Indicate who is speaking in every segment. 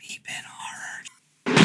Speaker 1: Beepin' horror.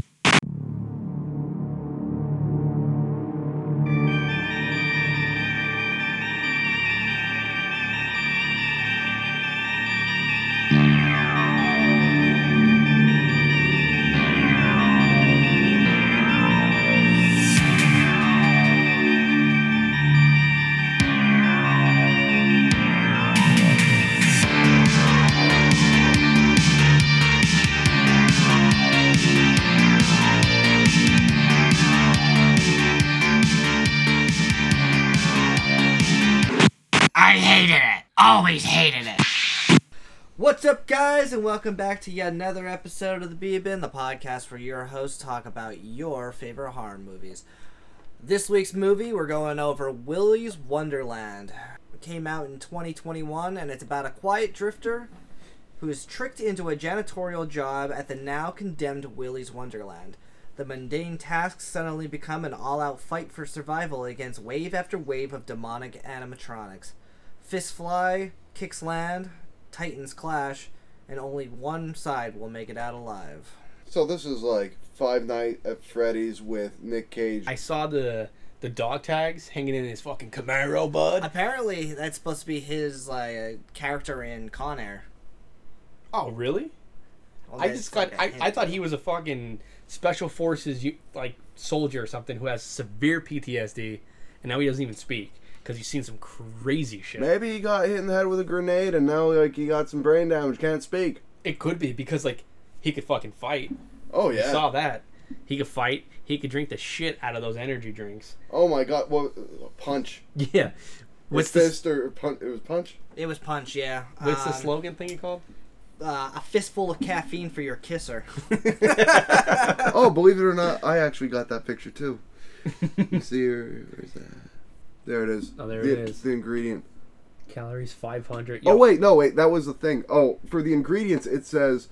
Speaker 2: I hated it. Always hated it.
Speaker 3: What's up, guys, and welcome back to yet another episode of the Bee Bin, the podcast where your hosts talk about your favorite horror movies. This week's movie, we're going over Willy's Wonderland. It came out in 2021, and it's about a quiet drifter who is tricked into a janitorial job at the now condemned Willy's Wonderland. The mundane tasks suddenly become an all out fight for survival against wave after wave of demonic animatronics. Fists fly, kicks land, titans clash, and only one side will make it out alive.
Speaker 4: So this is like Five Nights at Freddy's with Nick Cage.
Speaker 5: I saw the the dog tags hanging in his fucking Camaro, bud.
Speaker 3: Apparently, that's supposed to be his like character in Con Air.
Speaker 5: Oh, really?
Speaker 3: Well,
Speaker 5: I
Speaker 3: that's
Speaker 5: just got.
Speaker 3: like a
Speaker 5: I,
Speaker 3: hint.
Speaker 5: I thought he was a fucking special forces you- like soldier or something who has severe PTSD, and now he doesn't even speak because he's seen some crazy shit.
Speaker 4: Maybe he got hit in the head with a grenade and now like he got some brain damage, can't speak.
Speaker 5: It could be because like he could fucking fight.
Speaker 4: Oh
Speaker 5: I
Speaker 4: yeah.
Speaker 5: Saw that. He could fight. He could drink the shit out of those energy drinks.
Speaker 4: Oh my god, what punch.
Speaker 5: Yeah. What's
Speaker 4: It's
Speaker 5: the
Speaker 4: this or punch it was punch?
Speaker 3: It was Punch, yeah.
Speaker 5: What's the
Speaker 3: Um,
Speaker 5: slogan thingy called?
Speaker 3: Uh, a fistful of caffeine for your kisser.
Speaker 4: oh, believe it or not, I actually got that picture too. You see her where's that? There it is.
Speaker 5: Oh, there
Speaker 4: the,
Speaker 5: it is.
Speaker 4: The ingredient.
Speaker 5: Calories five hundred.
Speaker 4: Oh wait, no wait, that was the thing. Oh, for the ingredients, it says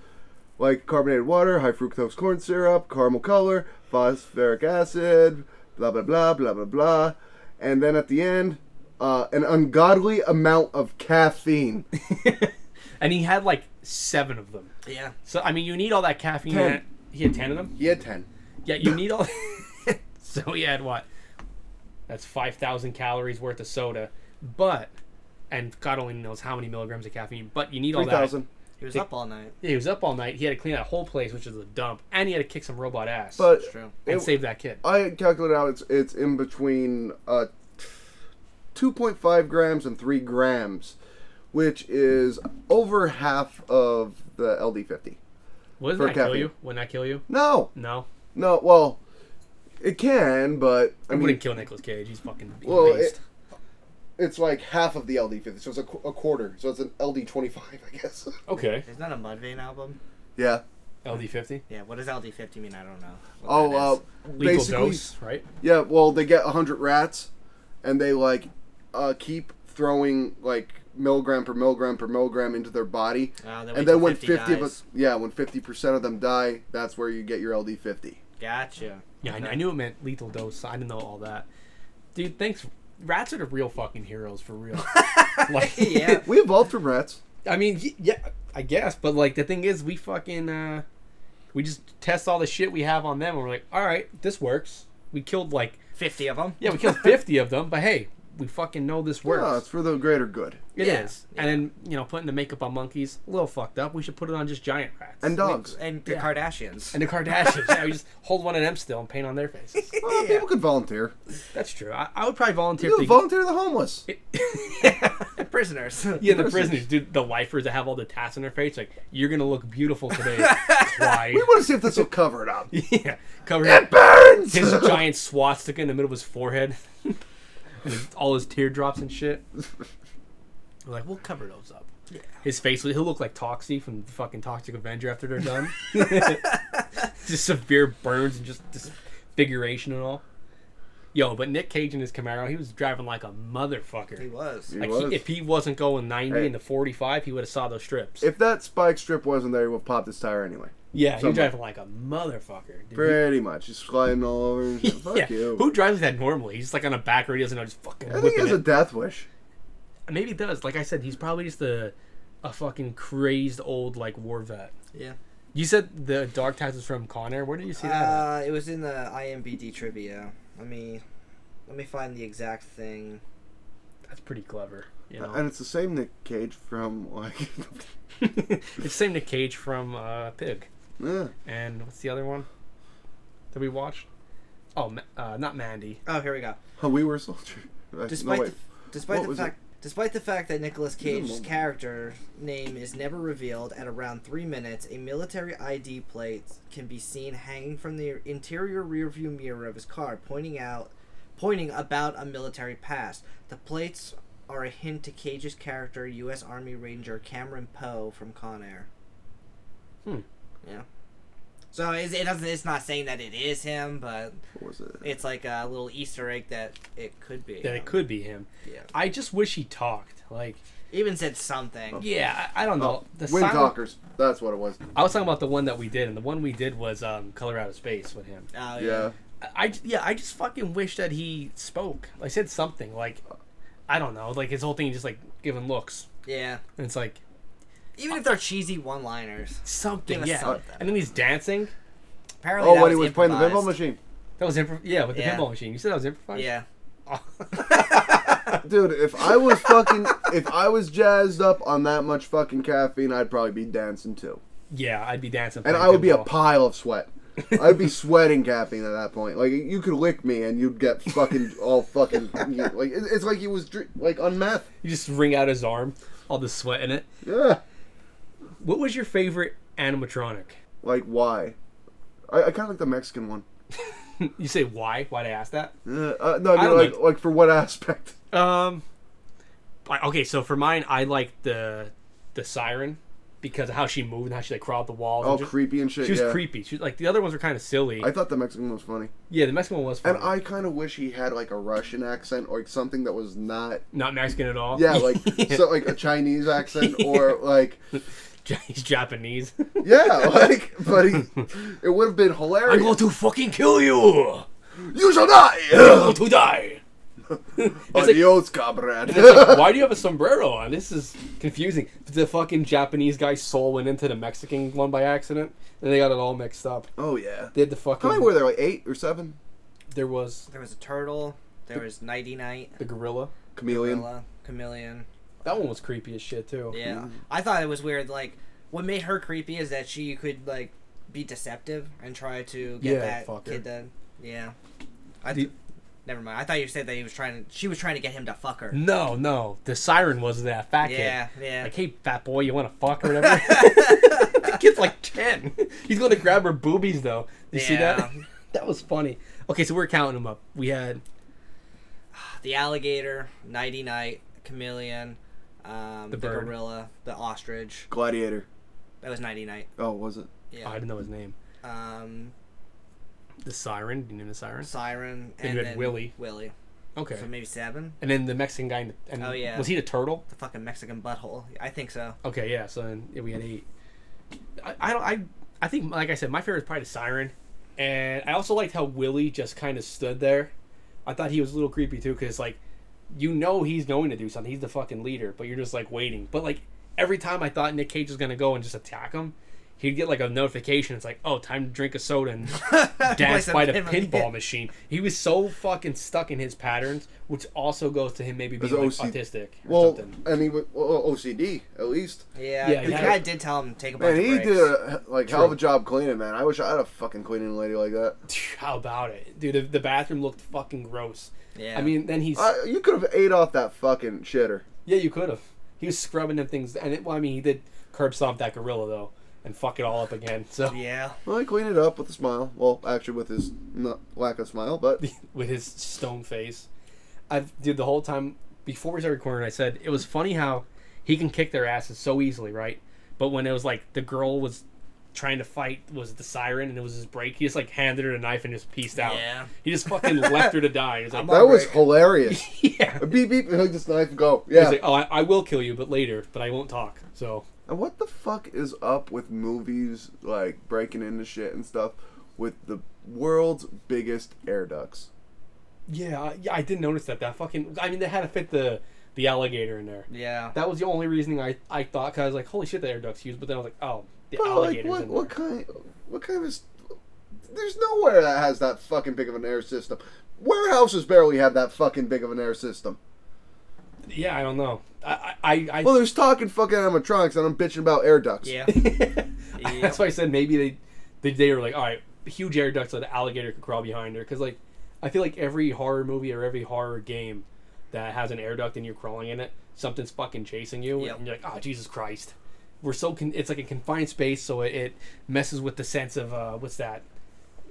Speaker 4: like carbonated water, high fructose corn syrup, caramel color, phosphoric acid, blah blah blah blah blah blah, and then at the end, uh, an ungodly amount of caffeine.
Speaker 5: And he had like seven of them.
Speaker 3: Yeah.
Speaker 5: So I mean, you need all that caffeine.
Speaker 4: Ten.
Speaker 5: that- He had ten of them.
Speaker 4: He had ten.
Speaker 5: Yeah, you need all. so he had what? That's five thousand calories worth of soda, but and God only knows how many milligrams of caffeine. But you need all
Speaker 4: Three
Speaker 5: that.
Speaker 4: thousand.
Speaker 3: He was up all night.
Speaker 5: Yeah, he was up all night. He had to clean that whole place, which is a dump, and he had to kick some robot ass
Speaker 4: But
Speaker 3: It's true.
Speaker 5: and
Speaker 4: it-
Speaker 5: save that kid.
Speaker 4: I calculated out it's it's in between uh, two point five grams and three grams, which is over half of the LD fifty.
Speaker 5: Wouldn't
Speaker 4: for
Speaker 5: that kill
Speaker 4: caffeine.
Speaker 5: you? Wouldn't that kill you?
Speaker 4: No,
Speaker 5: No,
Speaker 4: No, well, it can, but I
Speaker 5: it
Speaker 4: mean,
Speaker 5: wouldn't kill Nicolas Cage. He's fucking he's a
Speaker 4: well,
Speaker 5: beast.
Speaker 4: it, it's like half of the LD fifty, so it's a, qu- a quarter, so it's an LD twenty five, I guess.
Speaker 5: okay.
Speaker 3: Isn't that a Mudvayne album?
Speaker 4: Yeah.
Speaker 5: LD fifty.
Speaker 3: Yeah, what does LD50 mean? I don't know. what
Speaker 4: Oh,
Speaker 3: that
Speaker 4: uh,
Speaker 3: is.
Speaker 5: Lethal
Speaker 4: basically,
Speaker 5: dose, right?
Speaker 4: yeah. Well, they get hundred rats, and they like uh, keep throwing like milligram per milligram per milligram into their body,
Speaker 3: Oh, they wait
Speaker 4: and then
Speaker 3: till
Speaker 4: when
Speaker 3: 50
Speaker 4: fifty of
Speaker 3: dies.
Speaker 4: us, yeah, when fifty percent of them die, that's where you get your LD fifty.
Speaker 3: Gotcha.
Speaker 5: Yeah, I, I knew it meant lethal dose. I didn't know all that. Dude, thanks. Rats are the real fucking heroes for real. like,
Speaker 3: Yeah.
Speaker 4: We evolved from rats.
Speaker 5: I mean, y- yeah, I guess, but like the thing is, we fucking uh, we just test all the shit we have on them, and we're like, all right, this works. We killed like
Speaker 3: 50 of them.
Speaker 5: yeah, we killed fifty of them, but hey, we fucking know this works.
Speaker 4: Yeah, Oh, it's for the greater good.
Speaker 5: It is.
Speaker 3: Yeah,
Speaker 5: And then you know, putting the makeup on monkeys, a little fucked up. We should put it on just giant rats
Speaker 4: And dogs.
Speaker 3: And the
Speaker 5: Yeah.
Speaker 3: Kardashians.
Speaker 5: And the Kardashians. yeah, we just hold one of them still and paint on their faces.
Speaker 4: Well, Oh, People could volunteer.
Speaker 5: That's true. I, I would probably volunteer.
Speaker 4: You
Speaker 5: if
Speaker 4: could
Speaker 5: they-
Speaker 4: volunteer the homeless.
Speaker 3: And prisoners.
Speaker 5: Yeah, the prisoners, dude, the lifers that have all the tats on their face, like you're gonna look beautiful today, Clyde.
Speaker 4: We want to see if this will cover it up.
Speaker 5: yeah, covered up
Speaker 4: Burns!
Speaker 5: his giant swastika in the middle of his forehead, And his- all his teardrops and shit. We're like, we'll cover those up. Yeah. His face, he'll look like Toxie from the fucking Toxic Avenger after they're done. just severe burns and just disfiguration and all. Yo, but Nick Cage in his Camaro, he was driving like a motherfucker.
Speaker 3: he was.
Speaker 5: Like
Speaker 4: He was.
Speaker 5: he, if he wasn't going 90
Speaker 4: Hey.
Speaker 5: into 45, he would have saw those strips.
Speaker 4: If that spike strip wasn't there, he would pop this tire anyway.
Speaker 5: Yeah,
Speaker 4: Somewhat.
Speaker 5: you're driving like a motherfucker. Dude.
Speaker 4: Pretty much. He's sliding all over. And shit. Fuck
Speaker 5: yeah.
Speaker 4: you.
Speaker 5: Who drives that normally? He's just like on a back road. He doesn't know. Just fucking
Speaker 4: I think he
Speaker 5: whipping
Speaker 4: has a
Speaker 5: it.
Speaker 4: death wish.
Speaker 5: Maybe he does. Like I said, he's probably just a, a fucking crazed old like war vet.
Speaker 3: Yeah.
Speaker 5: You said the dark times was from Con Air. Where did you see that? at?
Speaker 3: Uh, it was in the IMBD trivia. Let me let me find the exact thing.
Speaker 5: That's pretty clever. You know,
Speaker 4: And it's the same Nick Cage from like,
Speaker 5: it's the same Nick Cage from uh, Pig.
Speaker 4: yeah.
Speaker 5: And what's the other one that we watched? Oh, Ma- uh, not Mandy.
Speaker 3: Oh, here we go.
Speaker 4: How we were a soldier. Right,
Speaker 3: Despite
Speaker 4: no,
Speaker 3: the,
Speaker 4: wait.
Speaker 3: despite
Speaker 4: What
Speaker 3: the
Speaker 4: was it?
Speaker 3: fact despite the fact that Nicolas
Speaker 4: Give me a
Speaker 3: Cage's
Speaker 4: moment.
Speaker 3: character name is never revealed at around three minutes, a military ID plate can be seen hanging from the interior rearview mirror of his car, pointing out pointing about a military past. The plates are a hint to Cage's character, U.S. Army Ranger Cameron Poe from Con Air.
Speaker 5: Hmm.
Speaker 3: Yeah. So it's, it doesn't. It's not saying that it is him, but
Speaker 4: What was it?
Speaker 3: it's like a little Easter egg that it could be.
Speaker 5: That it could be him.
Speaker 3: Yeah.
Speaker 5: I just wish he talked. Like,
Speaker 3: Even said
Speaker 4: Oh.
Speaker 3: something.
Speaker 5: yeah, I, I don't know. The
Speaker 4: Wind
Speaker 5: silent- Oh,
Speaker 4: Talkers. That's what it was.
Speaker 5: I was talking about the one that we did, and the one we did was um, Color Out of Space with him.
Speaker 3: Oh,
Speaker 4: Yeah.
Speaker 5: I, I j- yeah, I just fucking wish that he spoke. Like, said something. Like, I don't know. Like his whole thing, just like giving looks,
Speaker 3: Yeah.
Speaker 5: and it's like
Speaker 3: Even if they're cheesy one-liners.
Speaker 5: something.
Speaker 3: Give us
Speaker 5: yeah,
Speaker 3: something.
Speaker 5: and then he's dancing.
Speaker 3: Apparently,
Speaker 4: Oh,
Speaker 3: that
Speaker 4: when he was playing the pinball
Speaker 3: improvised.
Speaker 4: machine,
Speaker 5: That was improv. Yeah, with the
Speaker 3: Yeah.
Speaker 5: pinball machine. You said that was improvised.
Speaker 3: Yeah.
Speaker 4: dude. If I was fucking, if I was jazzed up on that much fucking caffeine, I'd probably be dancing too,
Speaker 5: Yeah, I'd be dancing.
Speaker 4: and
Speaker 5: playing
Speaker 4: I would be a
Speaker 5: pinball.
Speaker 4: pile of sweat. I'd be sweating caffeine at that point. Like you could lick me, and you'd get fucking all fucking like it- it's like he was dr- like on meth.
Speaker 5: You just wring out his arm, all the sweat in it.
Speaker 4: Yeah.
Speaker 5: What was your favorite animatronic?
Speaker 4: Like why? I, I kind of like the Mexican one.
Speaker 5: You say why? Why'd I ask that?
Speaker 3: Hmm.
Speaker 4: Uh, uh, no, I mean
Speaker 5: don't
Speaker 4: like
Speaker 5: like-
Speaker 4: like for what aspect?
Speaker 5: Um, I- okay, so for mine, I like the the siren because of how she moved and how she like crawled the walls.
Speaker 4: All
Speaker 5: and just-
Speaker 4: creepy and shit.
Speaker 5: She was
Speaker 4: yeah.
Speaker 5: creepy. She was, like the other ones were kind of silly.
Speaker 4: I thought the Mexican one was funny,
Speaker 5: yeah, the Mexican one was funny.
Speaker 4: and I kind of wish he had like a Russian accent or like, something that was not
Speaker 5: not Mexican at all.
Speaker 4: Yeah, like so, like a Chinese accent or like
Speaker 5: he's Japanese.
Speaker 4: yeah, like but he, it would have been
Speaker 5: I'm
Speaker 4: hilarious.
Speaker 5: going to fucking kill you.
Speaker 4: you shall
Speaker 5: You're
Speaker 4: die,
Speaker 5: going to die. It's like-
Speaker 4: adios, comrade.
Speaker 5: It's like, why do you have a sombrero on? This is confusing. The fucking Japanese guy's soul went into the Mexican one by accident, and they got it all mixed up.
Speaker 4: oh yeah,
Speaker 5: They had the
Speaker 4: how
Speaker 5: fucking.
Speaker 4: many were there? Like eight or seven?
Speaker 5: There was
Speaker 3: There was a turtle. There was Nighty Night.
Speaker 5: the gorilla.
Speaker 4: Chameleon.
Speaker 3: Gorilla. Chameleon.
Speaker 5: That one was creepy as shit too.
Speaker 3: Yeah. I thought it was weird. Like, what made her creepy is that she could, like, be deceptive and try to get
Speaker 5: Yeah,
Speaker 3: that
Speaker 5: fuck her.
Speaker 3: kid to. Yeah. I
Speaker 5: Do-
Speaker 3: Never mind. I thought you said that he was trying to. She was trying to get him to fuck her.
Speaker 5: No, no. The siren was that fat
Speaker 3: Yeah,
Speaker 5: kid.
Speaker 3: yeah.
Speaker 5: Like, hey, fat boy, you want to fuck or whatever? the kid's like ten. He's going to grab her boobies though. You see that?
Speaker 3: Yeah.
Speaker 5: that was funny. Okay, so we're counting them up. We had
Speaker 3: The alligator, Nighty Night, Chameleon, um, the,
Speaker 5: bird.
Speaker 3: gorilla, the ostrich.
Speaker 4: Gladiator.
Speaker 3: That was Nighty Night.
Speaker 4: Oh, was it?
Speaker 5: oh, I
Speaker 3: Yeah.
Speaker 5: didn't know his name.
Speaker 3: Um,
Speaker 5: The siren. Do you know the siren?
Speaker 3: Siren.
Speaker 5: Then
Speaker 3: and
Speaker 5: you had
Speaker 3: then
Speaker 5: Willy.
Speaker 3: Willie.
Speaker 5: Okay.
Speaker 3: So maybe seven.
Speaker 5: And then the Mexican guy. In the, and
Speaker 3: Oh, yeah.
Speaker 5: Was he the turtle?
Speaker 3: The fucking Mexican butthole. I think so.
Speaker 5: Okay, yeah. So then yeah, we had eight. I, I don't. I I think like I said, my favorite is probably the siren, and I also liked how Willie just kind of stood there. I thought he was a little creepy too, because like, you know, he's going to do something. He's the fucking leader, but you're just like waiting. But like every time I thought Nick Cage was gonna go and just attack him, he'd get like a notification. It's like, oh, time to drink a soda and dance
Speaker 3: some
Speaker 5: by the
Speaker 3: pinball.
Speaker 5: pinball machine. He was so fucking stuck in his patterns, which also goes to him maybe
Speaker 4: His
Speaker 5: being like,
Speaker 4: OC
Speaker 5: autistic or
Speaker 4: Well,
Speaker 5: something.
Speaker 4: and he was well, OCD at least.
Speaker 3: Yeah.
Speaker 5: Yeah,
Speaker 3: the
Speaker 5: yeah.
Speaker 3: guy did tell him to take a bunch
Speaker 4: Man,
Speaker 3: of
Speaker 4: he
Speaker 3: breaks.
Speaker 4: did a like hell of a job cleaning. Man, I wish I had a fucking cleaning lady like that.
Speaker 5: How about it, dude? The, the bathroom looked fucking gross.
Speaker 3: Yeah.
Speaker 5: I mean, then he's
Speaker 4: I, you could have ate off that fucking shitter.
Speaker 5: yeah, you could have. He was scrubbing them things, and it, well, I mean, he did curb stomp that gorilla though, and fuck it all up again. So
Speaker 3: Yeah.
Speaker 4: Well, he cleaned it up with a smile. Well, actually, with his n- lack of smile, but
Speaker 5: with his stone face, I've dude the whole time before we started recording, I said it was funny how he can kick their asses so easily, right? But when it was like the girl was trying to fight was the siren and it was his break, he just like handed her a knife and just peaced out.
Speaker 3: Yeah.
Speaker 5: He just fucking left her to die. He was like,
Speaker 4: that was hilarious.
Speaker 5: yeah.
Speaker 4: beep beep and hook this knife and go. Yeah.
Speaker 5: He's like, oh, I, I will kill you, but later, but I won't talk. So
Speaker 4: And what the fuck is up with movies like breaking into shit and stuff with the world's biggest air ducts?
Speaker 5: Yeah, I- yeah, I did notice that. That fucking. I mean, they had to fit the the alligator in there.
Speaker 3: Yeah.
Speaker 5: That was the only reasoning I I thought. Cause I was like, holy shit, the air duct's used. But then I was like, oh, the
Speaker 4: Bro, like
Speaker 5: alligator's
Speaker 4: what
Speaker 5: in
Speaker 4: what
Speaker 5: there.
Speaker 4: kind what kind of s- there's nowhere that has that fucking big of an air system. Warehouses barely have that fucking big of an air system.
Speaker 5: Yeah, I don't know. I I, I, I
Speaker 4: Well, there's talking fucking animatronics, and I'm bitching about air ducts.
Speaker 3: Yeah.
Speaker 5: That's why I said maybe they, they they were like, all right, huge air ducts so the alligator could crawl behind her. Because like, I feel like every horror movie or every horror game that has an air duct and you're crawling in it, something's fucking chasing you,
Speaker 3: Yep.
Speaker 5: and you're like, oh Jesus Christ, we're so con- it's like a confined space, so it, it messes with the sense of uh, what's that,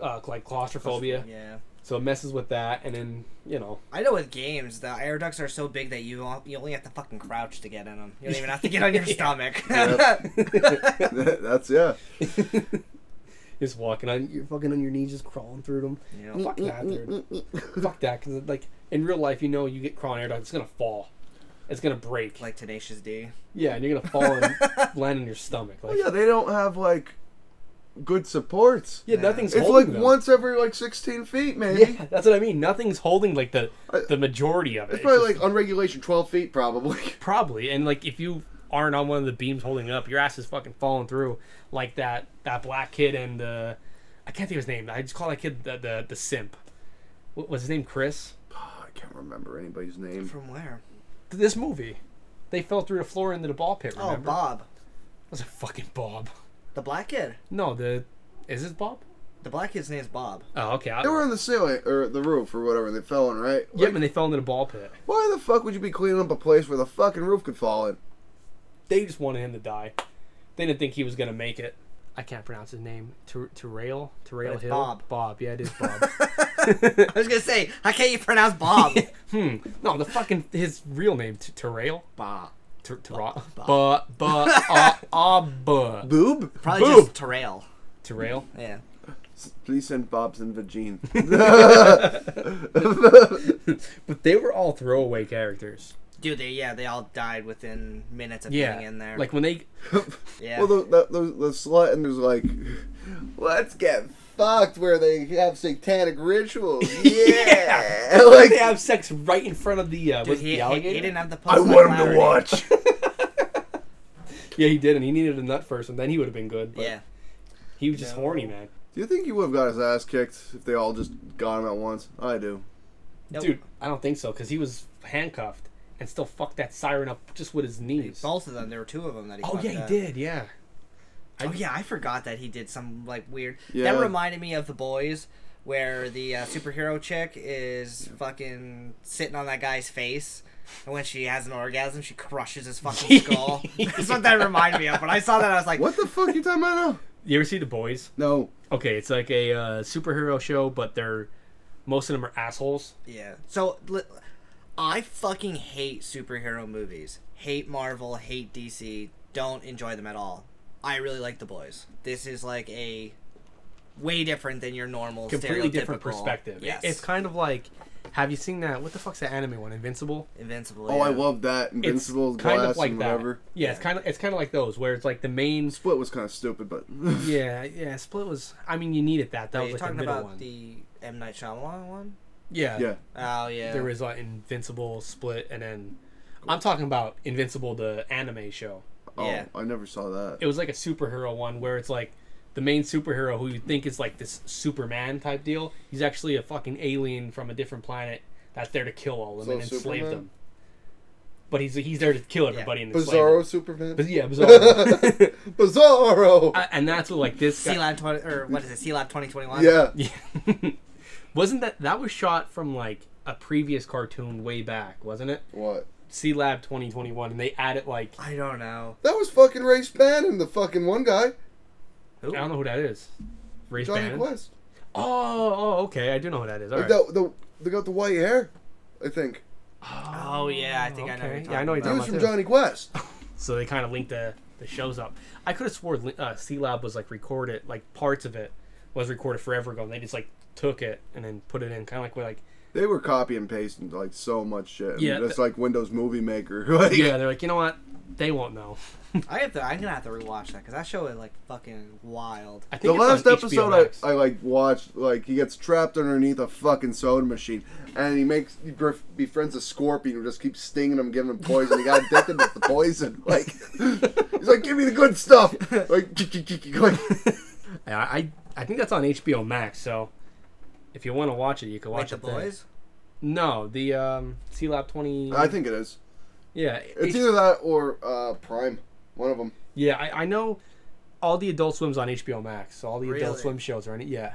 Speaker 5: uh, like claustrophobia.
Speaker 3: Yeah.
Speaker 5: So it messes with that, and then you know,
Speaker 3: I know with games, the air ducts are so big that you on- you only have to fucking crouch to get in them. You don't even have to get on your stomach.
Speaker 4: That's yeah.
Speaker 5: just walking on you're fucking on your knees, just crawling through them.
Speaker 3: Yeah.
Speaker 5: Fuck that, dude. Fuck that, because like in real life, you know, you get crawling air duct, it's gonna fall, it's gonna break.
Speaker 3: like Tenacious D.
Speaker 5: yeah, and you're gonna fall and land on your stomach.
Speaker 3: Oh,
Speaker 5: Like,
Speaker 4: Yeah, they don't have like good supports.
Speaker 5: yeah, nothing's
Speaker 4: It's
Speaker 5: holding
Speaker 4: like
Speaker 5: them.
Speaker 4: once every like 16 feet, maybe.
Speaker 5: Yeah, that's what I mean. Nothing's holding like the the majority of it.
Speaker 4: It's probably
Speaker 5: just-
Speaker 4: like on regulation 12 feet, probably.
Speaker 5: probably, and like if you aren't on one of the beams holding up, your ass is fucking falling through. Like that that black kid and uh, I can't think of his name. I just call that kid the the, the simp. What was his name? Chris.
Speaker 4: I can't remember anybody's name.
Speaker 3: From where?
Speaker 5: This movie, they fell through the floor into the ball pit.
Speaker 3: Oh,
Speaker 5: Remember?
Speaker 3: Bob.
Speaker 5: It was a fucking Bob.
Speaker 3: The black kid.
Speaker 5: No, the is this Bob?
Speaker 3: The black kid's name is Bob.
Speaker 5: Oh, okay. I,
Speaker 4: They were on the ceiling or the roof or whatever, and they fell in, right?
Speaker 5: yeah,
Speaker 4: Like,
Speaker 5: when they fell into the ball pit,
Speaker 4: why the fuck would you be cleaning up a place where the fucking roof could fall in?
Speaker 5: they just wanted him to die. They didn't think he was gonna make it. I can't pronounce his name. Ter- Terrell, Terrell
Speaker 3: it's
Speaker 5: Hill.
Speaker 3: Bob.
Speaker 5: Bob. Yeah, it is Bob.
Speaker 3: I was gonna say, how can't you pronounce Bob?
Speaker 5: hmm. No, the fucking his real name. T- Terrell.
Speaker 3: Bob.
Speaker 5: Ter- Terrell. Ba ba ah ah ba.
Speaker 4: Boob?
Speaker 3: Probably
Speaker 5: Boob.
Speaker 3: just Terrell.
Speaker 5: Terrell.
Speaker 3: Yeah.
Speaker 4: Please send Bob's and Vagine.
Speaker 5: But they were all throwaway characters.
Speaker 3: Dude, they yeah, they all died within minutes of
Speaker 5: Yeah.
Speaker 3: getting in there.
Speaker 5: Like when they
Speaker 3: yeah.
Speaker 4: well, the, the, the, the slut and there's like, let's get fucked where they have satanic rituals. Yeah.
Speaker 5: like
Speaker 4: like,
Speaker 5: they have sex right in front of the uh,
Speaker 3: Dude,
Speaker 5: was it
Speaker 3: he,
Speaker 5: the
Speaker 3: he,
Speaker 5: alligator.
Speaker 3: he didn't have the
Speaker 4: I
Speaker 3: post
Speaker 4: want him to watch.
Speaker 5: Yeah, he did, and he needed a nut first, and then he would have been good. But
Speaker 3: Yeah.
Speaker 5: he was just horny, man.
Speaker 4: Do you think he would have got his ass kicked if they all just got him at once? I do.
Speaker 3: Nope.
Speaker 5: Dude, I don't think so because he was handcuffed and still fucked that siren up just with his knees.
Speaker 3: Both of them. There were two of them that he.
Speaker 5: Oh
Speaker 3: fucked
Speaker 5: yeah, he
Speaker 3: up.
Speaker 5: did. Yeah,
Speaker 3: Oh yeah, I forgot that he did some like weird.
Speaker 4: Yeah.
Speaker 3: That reminded me of the boys, where the uh, superhero chick is fucking sitting on that guy's face, and when she has an orgasm, she crushes his fucking skull. That's what that reminded me of. When I saw that, I was like,
Speaker 4: What the fuck you talking about now?
Speaker 5: you ever see the boys?
Speaker 4: No.
Speaker 5: Okay, it's like a uh, superhero show, but they're most of them are assholes.
Speaker 3: Yeah. So li- I fucking hate superhero movies. Hate Marvel, hate DC, don't enjoy them at all. I really like The Boys. This is like a way different than your normal
Speaker 5: Completely different
Speaker 3: stereotypical-
Speaker 5: perspective.
Speaker 3: Yes.
Speaker 5: It's kind of like, have you seen that? What the fuck's that anime one? Invincible.
Speaker 3: Invincible.
Speaker 4: Oh,
Speaker 3: yeah.
Speaker 4: I love that.
Speaker 5: It's
Speaker 4: Invincible
Speaker 5: kind
Speaker 4: Glass
Speaker 5: of like
Speaker 4: and whatever.
Speaker 5: that. Yeah, it's kind of it's kind of like those where it's like the main.
Speaker 4: Split was kind of stupid, but
Speaker 5: Yeah, yeah. Split was. I mean, you needed that. That
Speaker 3: Are
Speaker 5: was
Speaker 3: you
Speaker 5: like
Speaker 3: talking
Speaker 5: the middle
Speaker 3: about
Speaker 5: one.
Speaker 3: the M Night Shyamalan one?
Speaker 5: Yeah,
Speaker 4: yeah.
Speaker 3: Oh yeah.
Speaker 5: There was like Invincible, Split, and then I'm talking about Invincible, the anime show.
Speaker 4: Oh,
Speaker 3: Yeah.
Speaker 4: I never saw that.
Speaker 5: It was like a superhero one where it's like the main superhero who you think is like this Superman type deal. He's actually a fucking alien from a different planet that's there to kill all of them
Speaker 4: So
Speaker 5: and enslave
Speaker 4: Superman?
Speaker 5: them. But he's he's there to kill everybody and enslave
Speaker 4: Bizarro
Speaker 5: them.
Speaker 4: Superman.
Speaker 5: But yeah, Bizarro.
Speaker 4: Bizarro.
Speaker 5: I- and that's what like this
Speaker 3: C
Speaker 5: guy.
Speaker 3: Lab twenty or what is it? C Lab twenty twenty one.
Speaker 4: yeah.
Speaker 5: Yeah. wasn't that that was shot from like a previous cartoon way back, wasn't it?
Speaker 4: What?
Speaker 5: C Lab 2021, and they added like
Speaker 3: I don't know.
Speaker 4: That was fucking Ray Spann, the fucking one guy,
Speaker 5: I don't know who that is. Race
Speaker 4: Johnny
Speaker 5: Bannon?
Speaker 4: Quest.
Speaker 5: Oh, oh, okay. I do know who that is. All
Speaker 4: Like
Speaker 5: right.
Speaker 4: the, the, they got the white hair, I think.
Speaker 3: Oh yeah, I think I know. who
Speaker 5: Okay.
Speaker 3: you're
Speaker 5: Yeah, I
Speaker 4: He
Speaker 3: talking about.
Speaker 5: know he's
Speaker 4: was
Speaker 5: Not
Speaker 4: from
Speaker 5: much.
Speaker 4: Johnny Quest.
Speaker 5: So they kind of linked the, the shows up. I could have swore li- uh, C Lab was like recorded, like parts of it was recorded forever ago, and they just like took it and then put it in, kind of like we're like,
Speaker 4: They were copy and pasting like so much shit. I mean,
Speaker 5: Yeah,
Speaker 4: that's
Speaker 5: the-
Speaker 4: like Windows Movie Maker. like,
Speaker 5: yeah, they're like, you know what? They won't know.
Speaker 3: I have to. I'm gonna have to rewatch that because that show is like fucking wild.
Speaker 5: I
Speaker 4: The
Speaker 5: think it's
Speaker 4: last
Speaker 5: on HBO
Speaker 4: episode
Speaker 5: Max.
Speaker 4: I, I like watched, like he gets trapped underneath a fucking soda machine, and he makes he bef- befriends a scorpion who just keeps stinging him, giving him poison. He got addicted to the poison. Like he's like, give me the good stuff. Like, like
Speaker 5: Yeah, I, I think that's on HBO Max. So if you want to watch it, you can
Speaker 3: Like
Speaker 5: watch
Speaker 3: the
Speaker 5: it. there.
Speaker 3: boys.
Speaker 5: No, the um, C Lab Twenty.
Speaker 4: I think it is.
Speaker 5: yeah,
Speaker 4: It's
Speaker 5: H-
Speaker 4: either that or uh, Prime. One of them.
Speaker 5: yeah. I, I know all the Adult Swim's on HBO Max. So all the
Speaker 3: Really?
Speaker 5: Adult Swim shows are on it. Yeah,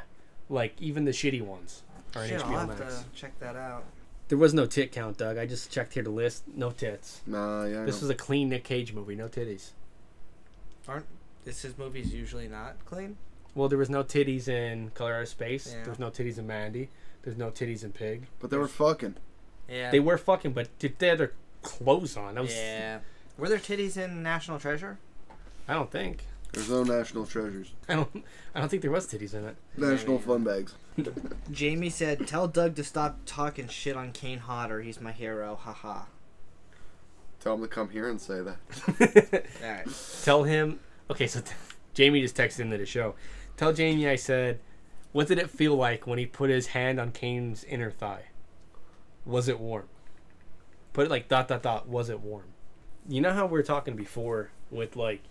Speaker 5: like even the shitty ones are on
Speaker 3: Shit,
Speaker 5: HBO
Speaker 3: I'll have
Speaker 5: Max.
Speaker 3: to check that out.
Speaker 5: There was no tit count, Doug. I just checked here the list. No tits.
Speaker 4: Nah, yeah. I
Speaker 5: This
Speaker 4: know.
Speaker 5: was a clean Nick Cage movie. No titties.
Speaker 3: Aren't this his movies usually not clean?
Speaker 5: Well, there was no titties in Color Out of Space.
Speaker 3: Yeah.
Speaker 5: There was no titties in Mandy. There's no titties in Pig.
Speaker 4: but they were fucking.
Speaker 3: Yeah.
Speaker 5: They were fucking, but did they had their clothes on? That was,
Speaker 3: Yeah. Were there titties in National Treasure?
Speaker 5: I don't think.
Speaker 4: There's no national treasures.
Speaker 5: I don't. I don't think there was titties in it.
Speaker 4: National fun bags.
Speaker 3: Jamie said, "Tell Doug to stop talking shit on Kane Hodder. he's my hero." Haha.
Speaker 4: Tell them to come here and say that.
Speaker 3: All right.
Speaker 5: Tell him. Okay, so t- Jamie just texted into the show. Tell Jamie I said, what did it feel like when he put his hand on Kane's inner thigh? Was it warm? Put it like dot dot dot. Was it warm? You know how we were talking before with like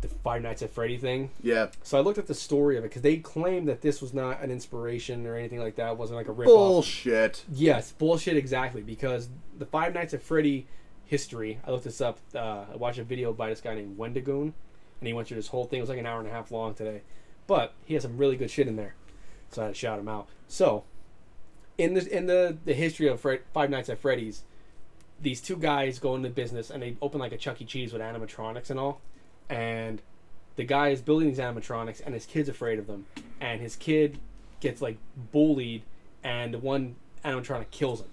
Speaker 5: the Five Nights at Freddy thing.
Speaker 4: Yeah.
Speaker 5: So I looked at the story of it because they claimed that this was not an inspiration or anything like that. It wasn't like a rip off.
Speaker 4: Bullshit.
Speaker 5: Yes, bullshit exactly. Because the Five Nights at Freddy history, I looked this up. Uh, I watched a video by this guy named Wendigoon, and he went through this whole thing. It was like an hour and a half long today, but he has some really good shit in there, so I had to shout him out. So, in the in the the history of Fred, Five Nights at Freddy's, these two guys go into business and they open like a Chuck E. Cheese with animatronics and all, and the guy is building these animatronics and his kid's afraid of them, and his kid gets like bullied and the one animatronic kills him.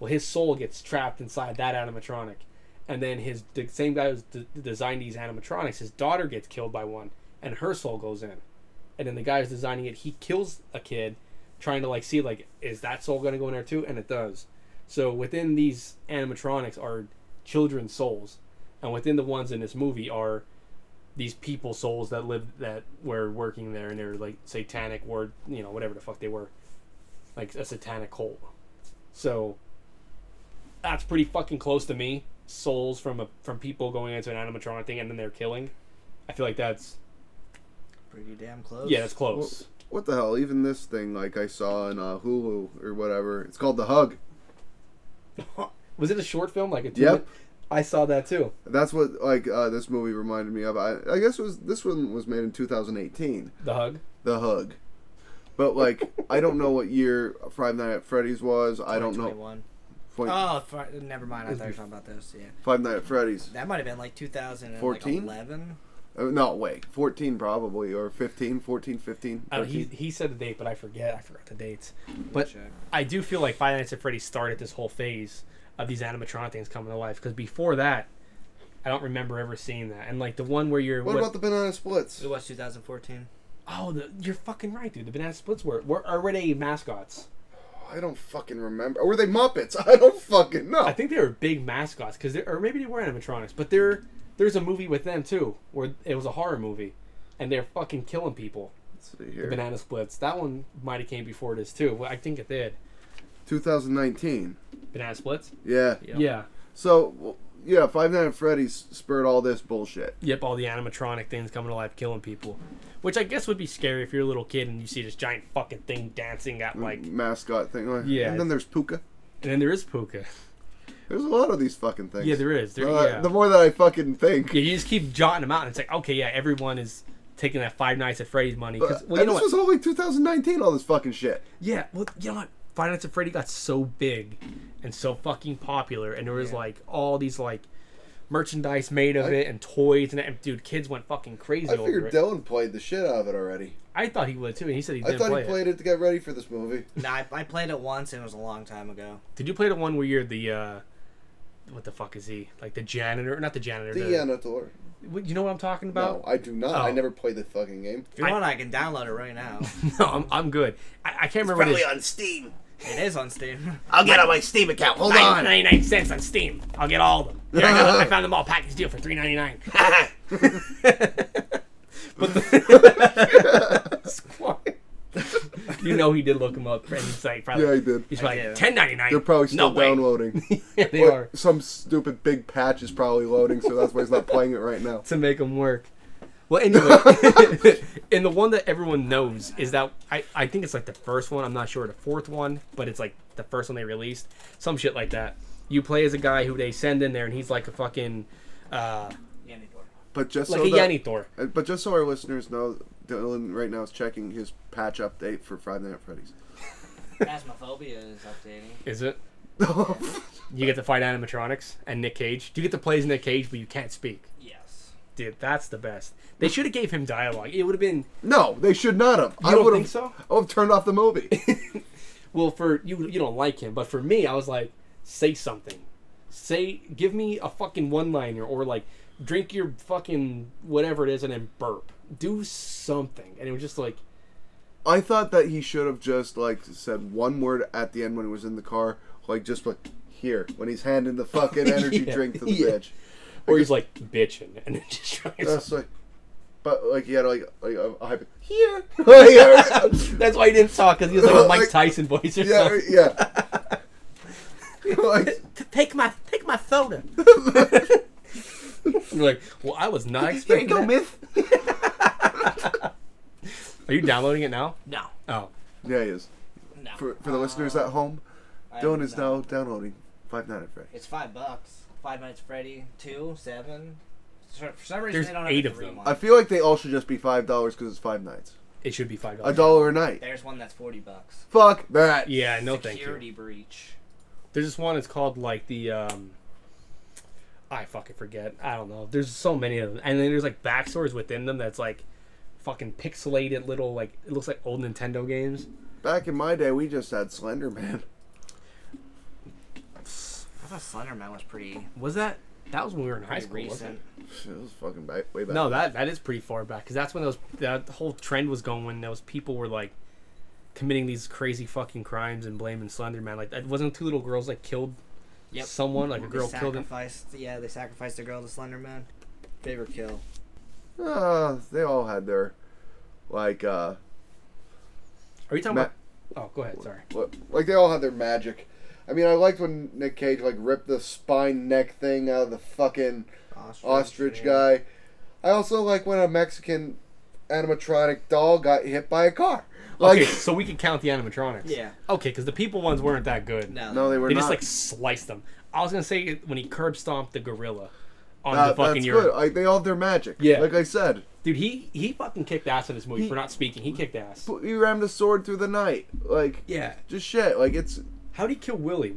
Speaker 5: Well, his soul gets trapped inside that animatronic, and then his the same guy who's d- designed these animatronics, his daughter gets killed by one, and her soul goes in, and then the guy who's designing it, he kills a kid, trying to like see like is that soul gonna go in there too, and it does. So within these animatronics are children's souls, and within the ones in this movie are these people souls that live that were working there and they're like satanic word you know whatever the fuck they were like a satanic cult. So that's pretty fucking close to me. Souls from a from people going into an animatronic thing and then they're killing. I feel like that's
Speaker 3: Pretty damn close.
Speaker 5: yeah, that's close.
Speaker 4: What the hell? Even this thing, like I saw in uh, Hulu or whatever, it's called The Hug.
Speaker 5: Was it a short film like a two?
Speaker 4: Yep.
Speaker 5: I saw that too.
Speaker 4: That's what like uh, this movie reminded me of. I, I guess it was this one was made in 2018,
Speaker 5: The hug.
Speaker 4: The Hug. But like I don't know what year Five Nights at Freddy's was. I don't know.
Speaker 3: 2021.
Speaker 4: Point-
Speaker 3: Oh, fr- never mind. I thought you were talking about those. Yeah.
Speaker 4: Five Nights at Freddy's.
Speaker 3: That might have been like 2011.
Speaker 4: 14? Uh, no, wait, 14 probably or 15, 14, 15.
Speaker 5: I don't, Oh, he
Speaker 4: 13.
Speaker 5: he said the date, but I forget. I forgot the dates. But I do feel like Five Nights at Freddy's started this whole phase of these animatronic things coming to life because before that, I don't remember ever seeing that. And like the one where you're
Speaker 4: what, about the banana splits?
Speaker 3: It was 2014.
Speaker 5: Oh, the, you're fucking right, dude. The banana splits were were already mascots.
Speaker 4: I don't fucking remember. Were they Muppets? I don't fucking know.
Speaker 5: I think they were big mascots because or maybe they were animatronics, but there there's a movie with them too where it was a horror movie, and they're fucking killing people.
Speaker 4: Let's see here.
Speaker 5: Banana splits. That one might have came before this too. Well, I think it did.
Speaker 4: 2019.
Speaker 5: Banana splits.
Speaker 4: Yeah.
Speaker 3: Yep.
Speaker 5: Yeah.
Speaker 4: So, well, yeah, Five Nights at Freddy's spurred all this bullshit.
Speaker 5: Yep. All the animatronic things coming to life, killing people, which I guess would be scary if you're a little kid and you see this giant fucking thing dancing at like.
Speaker 4: Mm.
Speaker 5: And
Speaker 4: mascot thing. Like,
Speaker 5: Yeah.
Speaker 4: And then there's Puka.
Speaker 5: then there is Puka.
Speaker 4: There's a lot of these fucking things.
Speaker 5: Yeah, there is. There,
Speaker 4: Uh,
Speaker 5: yeah.
Speaker 4: The more that I fucking think.
Speaker 5: Yeah, you just keep jotting them out, and it's like, okay, yeah, everyone is taking that Five Nights at Freddy's money. 'cause-
Speaker 4: Uh,
Speaker 5: well, you
Speaker 4: and
Speaker 5: know
Speaker 4: this
Speaker 5: what?
Speaker 4: was all like 2019, all this fucking shit.
Speaker 5: yeah, well, you know what? Five Nights at Freddy got so big and so fucking popular, and there was like all these like merchandise made of it and toys, and, that, and dude, kids went fucking crazy
Speaker 4: I
Speaker 5: over
Speaker 4: figured
Speaker 5: it.
Speaker 4: Dylan played the shit out of it already.
Speaker 5: I thought he would too, and he said he
Speaker 4: I
Speaker 5: didn't
Speaker 4: thought
Speaker 5: play
Speaker 4: he played it. to get ready for this movie.
Speaker 3: No, I, I played it once and it was a long time ago.
Speaker 5: it. Did you play the one where you're the uh, what the fuck is he? Like the janitor? Not the janitor.
Speaker 4: The um,
Speaker 5: The,
Speaker 4: Anador.
Speaker 5: what- you know what I'm talking about?
Speaker 4: No, I do not. I
Speaker 5: Oh.
Speaker 4: never played the fucking game.
Speaker 3: If you
Speaker 5: I-
Speaker 3: want, I can download it right now.
Speaker 5: No, I'm, I'm good. I, I can't remember. Probably on Steam.
Speaker 3: It is on Steam.
Speaker 2: I'll get on my Steam account. Hold
Speaker 5: Nine
Speaker 2: on.
Speaker 5: ninety nine cents on Steam. I'll get all of them. Here I, go. I found them all package deal for three ninety nine. you know he did look them up, and he's like probably
Speaker 4: Yeah, I did.
Speaker 5: he's probably
Speaker 3: I did.
Speaker 5: ten ninety nine.
Speaker 4: They're probably
Speaker 5: no
Speaker 4: still
Speaker 5: way.
Speaker 4: downloading.
Speaker 5: Yeah, they
Speaker 4: But
Speaker 5: are
Speaker 4: Some stupid big patch is probably loading, so that's why he's not playing it right now.
Speaker 5: to make them work. Well, anyway, and the one that everyone knows is that I, I think it's like the first one. I'm not sure the fourth one, but it's like the first one they released. Some shit like that. You play as a guy who they send in there, and he's like a fucking uh,
Speaker 4: But just
Speaker 5: like
Speaker 4: so
Speaker 5: a
Speaker 4: that-
Speaker 5: Yanni Thor.
Speaker 4: Uh, But just so our listeners know, Dylan right now is checking his patch update for Five Nights at Freddy's.
Speaker 3: Phasmophobia is updating.
Speaker 5: Is it? you get to fight animatronics and Nick Cage. You get to play as Nick Cage, but you can't speak.
Speaker 3: Yes.
Speaker 5: Dude, that's the best. They should have gave him dialogue. It would have been
Speaker 4: No, they should not have. I
Speaker 5: don't
Speaker 4: would
Speaker 5: think
Speaker 4: have.
Speaker 5: so?
Speaker 4: I would have turned off the movie.
Speaker 5: well for you. You don't like him, but for me, I was like, say something. Say, give me a fucking one-liner, or like, drink your fucking whatever it is, and then burp. Do something. And it was just like,
Speaker 4: I thought that he should have just like said one word at the end when he was in the car, like just like here when he's handing the fucking energy
Speaker 5: Yeah,
Speaker 4: drink to the
Speaker 5: yeah.
Speaker 4: bitch.
Speaker 5: or he's like bitching, and then just tries.
Speaker 4: That's like, but like he had like like a, a hype here. Like,
Speaker 5: That's why he didn't talk because he was like a Mike Tyson voice or
Speaker 4: Uh. yeah,
Speaker 5: something.
Speaker 4: yeah. like,
Speaker 5: Take my take my soda. You're like, well, I was not expecting. that."
Speaker 4: myth.
Speaker 5: Are you downloading it now?
Speaker 3: No.
Speaker 5: Oh,
Speaker 4: Yeah, he is.
Speaker 3: No.
Speaker 4: For, for the listeners at home,
Speaker 3: I
Speaker 4: Dylan
Speaker 3: don't
Speaker 4: is
Speaker 3: know.
Speaker 4: now downloading Five Nights at Freddy's.
Speaker 3: It's five bucks. Five Nights at Freddy, two, seven. So- For some reason,
Speaker 5: There's
Speaker 3: they don't
Speaker 5: eight
Speaker 3: have
Speaker 5: of
Speaker 3: a three
Speaker 5: them.
Speaker 3: one.
Speaker 4: I feel like they all should just be five dollars because it's five nights,
Speaker 5: it should be five
Speaker 4: a
Speaker 5: dollars.
Speaker 4: dollar a night.
Speaker 3: There's one that's forty bucks.
Speaker 4: Fuck that.
Speaker 5: Yeah, no, thank you.
Speaker 3: Security breach.
Speaker 5: There's this one. It's called like the. um I fucking forget. I don't know. There's so many of them, and then there's like backstories within them that's like fucking pixelated little like it looks like old Nintendo games.
Speaker 4: Back in my day, we just had Slender Man.
Speaker 3: I thought Slender Man was pretty,
Speaker 5: Was that? That was when we were in high
Speaker 3: pretty
Speaker 5: school. wasn't
Speaker 3: recent.
Speaker 4: It was fucking back, way back.
Speaker 5: No, that that is pretty far back because that's when those that whole trend was going when those people were like committing these crazy fucking crimes and blaming Slender Man. Like, it wasn't two little girls like killed
Speaker 3: Yep.
Speaker 5: someone, like a
Speaker 3: They
Speaker 5: girl killed him.
Speaker 3: sacrificed. Yeah, they sacrificed a girl to Slender Man. Favorite kill.
Speaker 4: Uh, they all had their, like, uh,
Speaker 5: Are you talking
Speaker 4: Ma-
Speaker 5: about? Oh, go ahead. Sorry.
Speaker 4: what- like they all had their magic. I mean, I liked when Nick Cage like ripped the spine neck thing out of the fucking
Speaker 3: Ostrich,
Speaker 4: ostrich
Speaker 3: yeah.
Speaker 4: guy. I also like when a Mexican animatronic doll got hit by a car. Like,
Speaker 5: okay, so we can count the animatronics.
Speaker 3: Yeah.
Speaker 5: Okay, because the people ones weren't that good.
Speaker 3: No.
Speaker 4: no, they were
Speaker 5: they
Speaker 4: not.
Speaker 5: just like sliced them. I was gonna say it- when he curb stomped the gorilla on
Speaker 4: Uh,
Speaker 5: the fucking
Speaker 4: that's
Speaker 5: urine.
Speaker 4: good. Like, they all have their magic.
Speaker 5: Yeah.
Speaker 4: Like I said,
Speaker 5: Dude, he he fucking kicked ass in this movie for not speaking. He kicked ass.
Speaker 4: he rammed a sword through the night. Like,
Speaker 5: Yeah.
Speaker 4: just shit. Like it's.
Speaker 5: How did he kill Willie?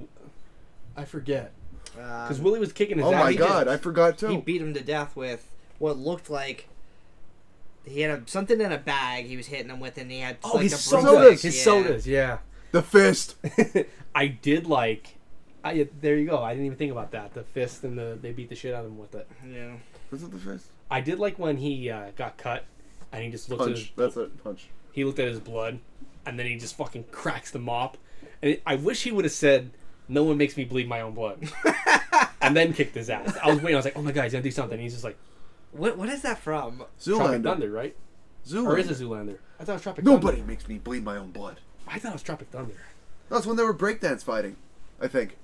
Speaker 5: I forget. Because
Speaker 3: Um,
Speaker 5: Willie was kicking his
Speaker 4: oh
Speaker 5: ass.
Speaker 4: my
Speaker 5: He did.
Speaker 4: god, I forgot
Speaker 3: he
Speaker 4: too.
Speaker 3: beat him to death with what looked like he had a, something in a bag. He was hitting him with, and he had
Speaker 5: Oh,
Speaker 3: like
Speaker 5: his
Speaker 3: the
Speaker 5: sodas.
Speaker 4: sodas.
Speaker 5: His
Speaker 3: Yeah.
Speaker 5: sodas. Yeah.
Speaker 4: the fist.
Speaker 5: I did like. I there you go. I didn't even think about that. The fist and the they beat the shit out of him with it.
Speaker 3: Yeah.
Speaker 4: Was it the fist?
Speaker 5: I did like when he uh, got cut, and he just looked at his
Speaker 4: Punch. That's it. Punch.
Speaker 5: he looked at his blood and then he just fucking cracks the mop and it, i wish he would have said no one makes me bleed my own blood and then kicked his ass i was waiting i was like oh my god he's gonna do something and he's just like
Speaker 3: What what is that from?
Speaker 5: tropic
Speaker 4: Zoolander.
Speaker 5: thunder right
Speaker 4: Zoolander.
Speaker 5: or is it zoolander i thought it was tropic
Speaker 4: Nobody
Speaker 5: thunder
Speaker 4: makes me bleed my own blood.
Speaker 5: i thought it was tropic thunder
Speaker 4: That's when they were breakdance fighting, I think.